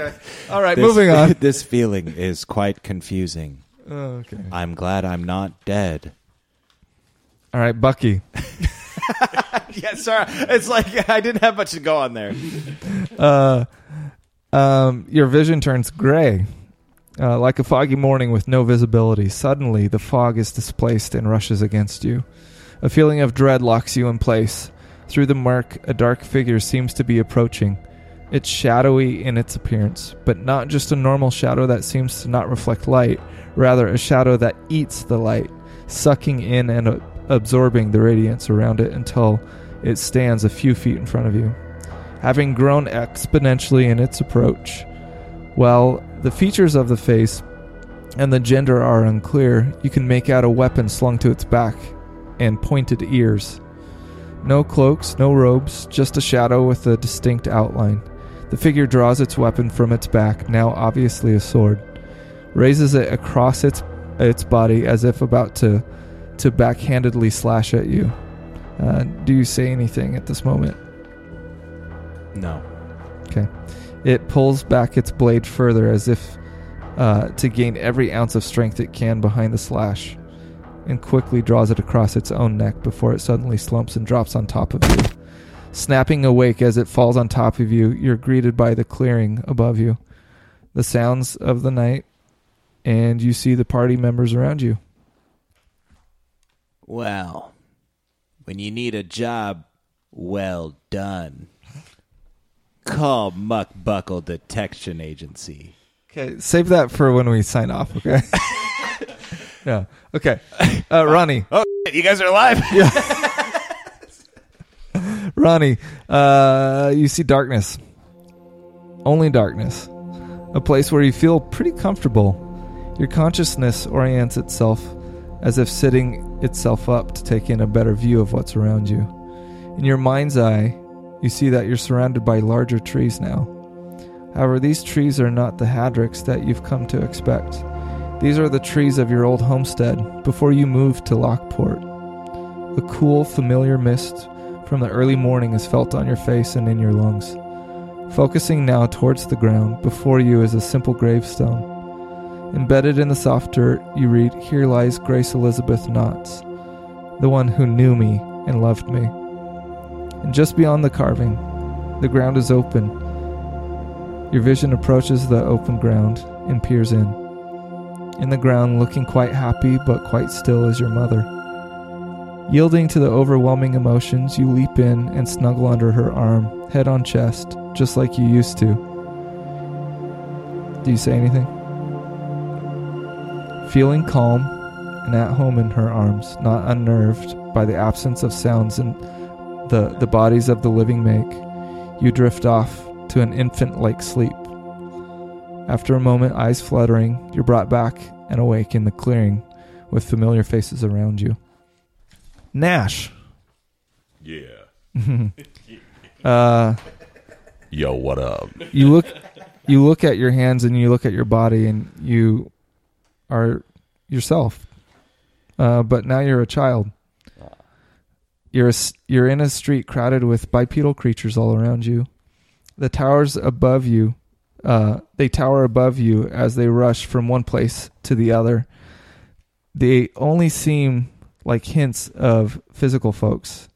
All right, this- moving on. [LAUGHS] This feeling is quite confusing. Oh, okay. I'm glad I'm not dead. All right, Bucky. [LAUGHS] Yeah, sorry. It's like [LAUGHS] I didn't have much to go on there. Uh, um, your vision turns gray, uh, like a foggy morning with no visibility. Suddenly, the fog is displaced and rushes against you. A feeling of dread locks you in place. Through the murk, a dark figure seems to be approaching. It's shadowy in its appearance, but not just a normal shadow that seems to not reflect light, rather, a shadow that eats the light, sucking in and a- absorbing the radiance around it until it stands a few feet in front of you having grown exponentially in its approach. While the features of the face and the gender are unclear, you can make out a weapon slung to its back and pointed ears. No cloaks, no robes, just a shadow with a distinct outline. The figure draws its weapon from its back, now obviously a sword, raises it across its its body as if about to to backhandedly slash at you. Uh, do you say anything at this moment? No. It pulls back its blade further as if uh, to gain every ounce of strength it can behind the slash, and quickly draws it across its own neck before it suddenly slumps and drops on top of you. Snapping awake as it falls on top of you, you're greeted by the clearing above you, the sounds of the night, and you see the party members around you. Well, when you need a job well done, Call Muckbuckle Detection Agency. Okay, save that for when we sign off, [LAUGHS] okay? yeah. Okay. Uh, Ronnie. Oh, You guys [LAUGHS] are alive. Ronnie, uh, you see darkness. Only darkness. A place where you feel pretty comfortable. Your consciousness orients itself as if sitting itself up to take in a better view of what's around you. In your mind's eye, you see that you're surrounded by larger trees now. However, these trees are not the hadricks that you've come to expect. These are the trees of your old homestead before you moved to Lockport. A cool, familiar mist from the early morning is felt on your face and in your lungs. Focusing now towards the ground, before you is a simple gravestone. Embedded in the soft dirt, you read, Here lies Grace Elizabeth Knotts, the one who knew me and loved me. And just beyond the carving, the ground is open. Your vision approaches the open ground and peers in. In the ground, looking quite happy but quite still, is your mother. Yielding to the overwhelming emotions, you leap in and snuggle under her arm, head on chest, just like you used to. Do you say anything? Feeling calm and at home in her arms, not unnerved by the absence of sounds and the, the bodies of the living make, you drift off to an infant like sleep. After a moment, eyes fluttering, you're brought back and awake in the clearing with familiar faces around you. Nash. Yeah. Uh, Yo, what up? you look you look at your hands and you look at your body and you are yourself uh, but now you're a child you're a s you're in a street crowded with bipedal creatures all around you the towers above you uh, they tower above you as they rush from one place to the other they only seem like hints of physical folks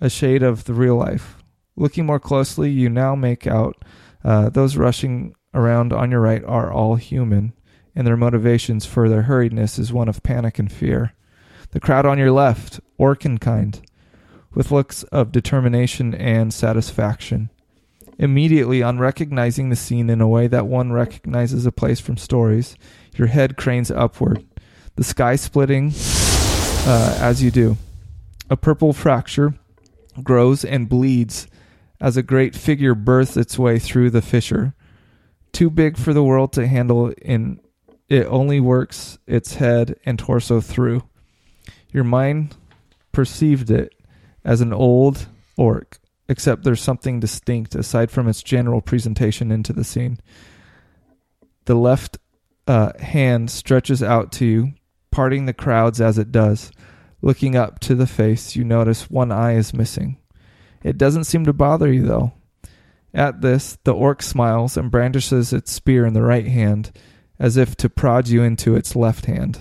a shade of the real life looking more closely you now make out uh, those rushing around on your right are all human, and their motivations for their hurriedness is one of panic and fear. The crowd on your left, orc in kind, with looks of determination and satisfaction. Immediately on recognizing the scene in a way that one recognizes a place from stories, your head cranes upward, the sky splitting uh, as you do. A purple fracture grows and bleeds as a great figure births its way through the fissure. Too big for the world to handle in it only works its head and torso through. Your mind perceived it as an old orc, except there's something distinct aside from its general presentation into the scene. The left uh, hand stretches out to you, parting the crowds as it does. Looking up to the face, you notice one eye is missing. It doesn't seem to bother you, though. At this, the orc smiles and brandishes its spear in the right hand as if to prod you into its left hand.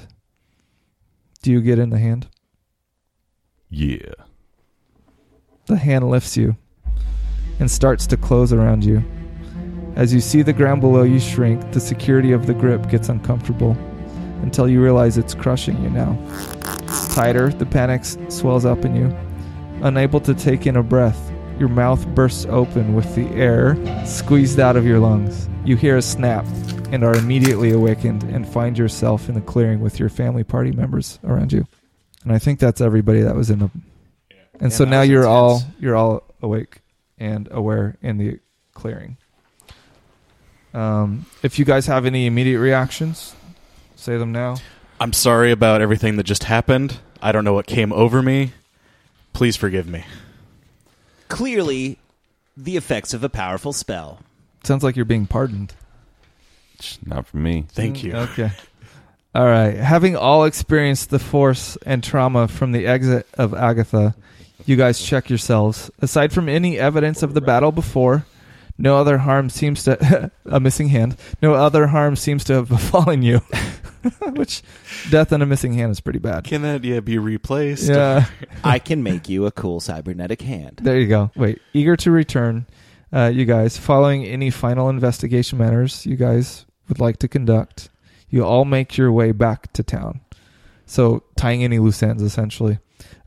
Do you get in the hand? Yeah. The hand lifts you and starts to close around you. As you see the ground below you shrink, the security of the grip gets uncomfortable until you realize it's crushing you now. Tighter, the panic s- swells up in you. Unable to take in a breath, your mouth bursts open with the air squeezed out of your lungs. You hear a snap and are immediately awakened and find yourself in the clearing with your family party members around you. And I think that's everybody that was in the. And so that now was you're all intense. you're all awake and aware in the clearing. Um, if you guys have any immediate reactions, say them now. I'm sorry about everything that just happened. I don't know what came over me. Please forgive me. Clearly, the effects of a powerful spell. Sounds like you're being pardoned. Mm, It's Not for me. Thank you. Okay. All right. Having all experienced the force and trauma from the exit of Agatha, you guys check yourselves. Aside from any evidence of the battle before, no other harm seems to [LAUGHS] a missing hand. No other harm seems to have [LAUGHS] befallen you. Which death and a missing hand is pretty bad. Can that yeah be replaced? Yeah. I can make you a cool cybernetic hand. There you go. Wait, eager to return, uh, you guys. Following any final investigation matters you guys would like to conduct, you all make your way back to town. So tying any loose ends, essentially,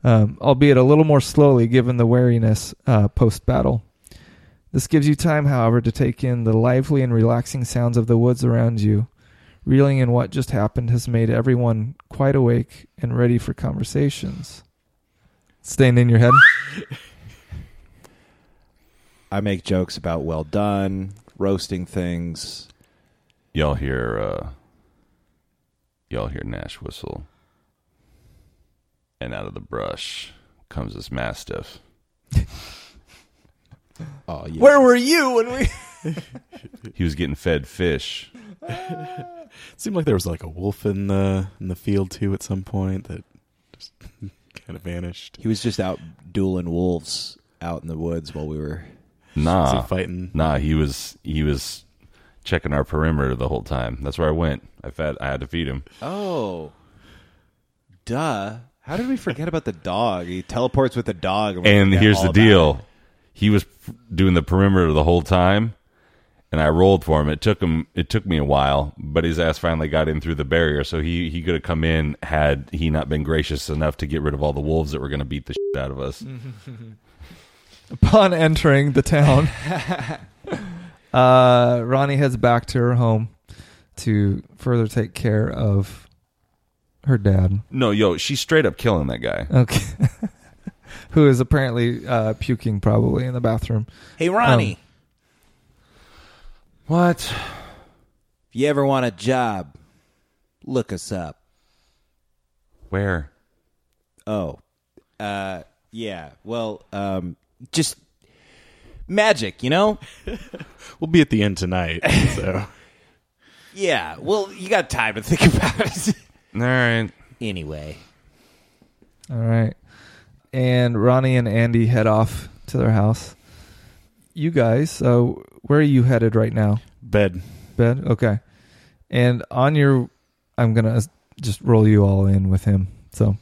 um, albeit a little more slowly, given the wariness uh, post battle. This gives you time, however, to take in the lively and relaxing sounds of the woods around you. Reeling in what just happened has made everyone quite awake and ready for conversations. Staying in your head. I make jokes about well done, roasting things. Y'all hear uh y'all hear Nash whistle. And out of the brush comes this mastiff. Oh, yeah. Where were you when we? He was getting fed fish. It seemed like there was like a wolf in the in the field too at some point that [LAUGHS] just kind of vanished. He was just out dueling wolves out in the woods while we were. Was Nah. he fighting? Nah, he was he was checking our perimeter the whole time. That's where I went. I fed I had to feed him. Oh, duh! How did we forget about the dog? He teleports with the dog. And Yeah, here's all the about deal. He was f- doing the perimeter the whole time and I rolled for him. It took him. It took me a while, but his ass finally got in through the barrier. So he he could have come in had he not been gracious enough to get rid of all the wolves that were going to beat the shit out of us. Mm. Upon entering the town, [LAUGHS] uh, Ronnie heads back to her home to further take care of her dad. No, yo, she's straight up killing that guy. Uh, Okay. Who is apparently uh, puking probably in the bathroom. Hey, Ronnie, Um, What? if you ever want a job, look us up. Where? Oh, uh, yeah. Well, um, just magic, you know? We'll be at the end tonight. So Yeah. Well, you got time to think [LAUGHS] about it. All right. anyway, All right. And Ronnie and Andy head off to their house. You guys, uh, where are you headed right now? [LAUGHS] bed. Bed? Okay. And on your, I'm going to just roll you all in with him. So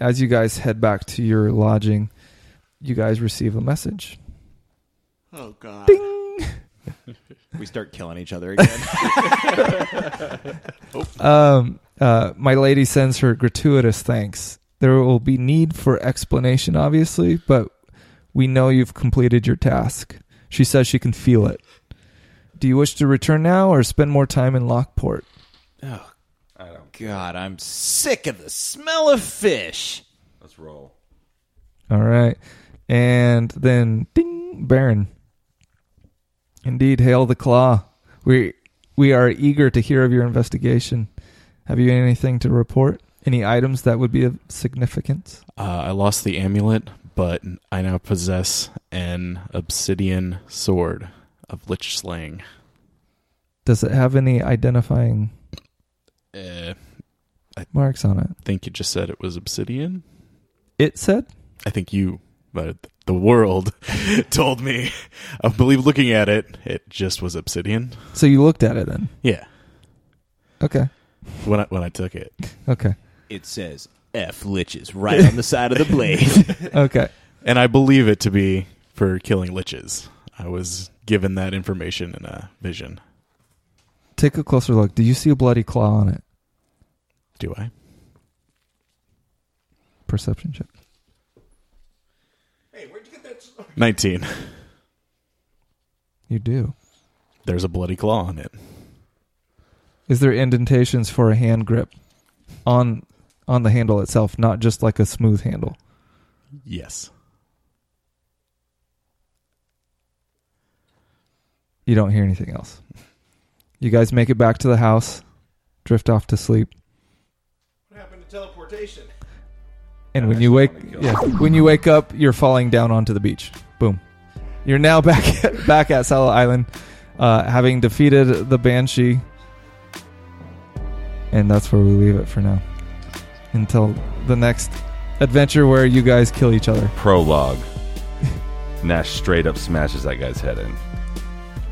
as you guys head back to your lodging, you guys receive a message. oh god, Ding! we start killing each other [LAUGHS] again. Um, uh, my lady sends her gratuitous thanks. There will be need for explanation, obviously, but we know you've completed your task. She says she can feel it. Do you wish to return now or spend more time in Lockport? oh god, I'm sick of the smell of fish. Let's roll. All right. And then ding Baron. Indeed, hail the claw. We we are eager to hear of your investigation. Have you anything to report? Any items that would be of significance? Uh, I lost the amulet, but I now possess an obsidian sword of lich slaying. Does it have any identifying Uh, marks on it? I think you just said it was obsidian. It said I think you, but the world [LAUGHS] told me. I believe looking at it, it just was obsidian. So you looked at it then? Yeah, Okay. when I when I took it, Okay. It says "f liches" right on the side of the blade. Okay. and I believe it to be for killing liches. I was given that information in a vision. Take a closer look. Do you see a bloody claw on it? Do I? Perception check. Nineteen. You do. There's a bloody claw on it. Is there indentations for a hand grip on on the handle itself, not just like a smooth handle? Yes. You don't hear anything else. You guys make it back to the house, drift off to sleep. What happened to teleportation? And when you wake yeah, when you wake up, you're falling down onto the beach. Boom. You're now back [LAUGHS] at, back at Sala Island, uh, having defeated the Banshee. And that's where we leave it for now. Until the next adventure where you guys kill each other. [LAUGHS] Prologue. Nash straight up smashes that guy's head in.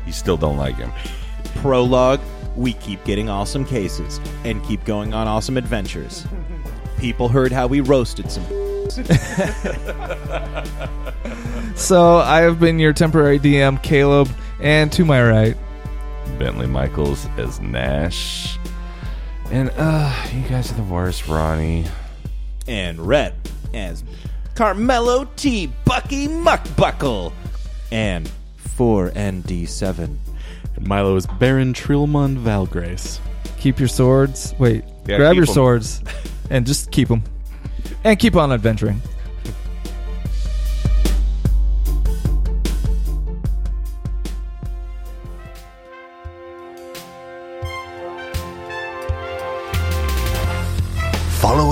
You still don't like him. Prologue: We keep getting awesome cases and keep going on awesome adventures. People heard how we roasted some So I have been your temporary DM, Caleb, and to my right. Bentley Michaels as Nash. And uh you guys are the worst, Ronnie. and red as Carmelo T. Bucky Muckbuckle and 4ND7. And Milo is Baron Trilmon Valgrace. keep your swords. Wait, Yeah, grab keep 'em. [LAUGHS] your swords and just keep them. And keep on adventuring. Follow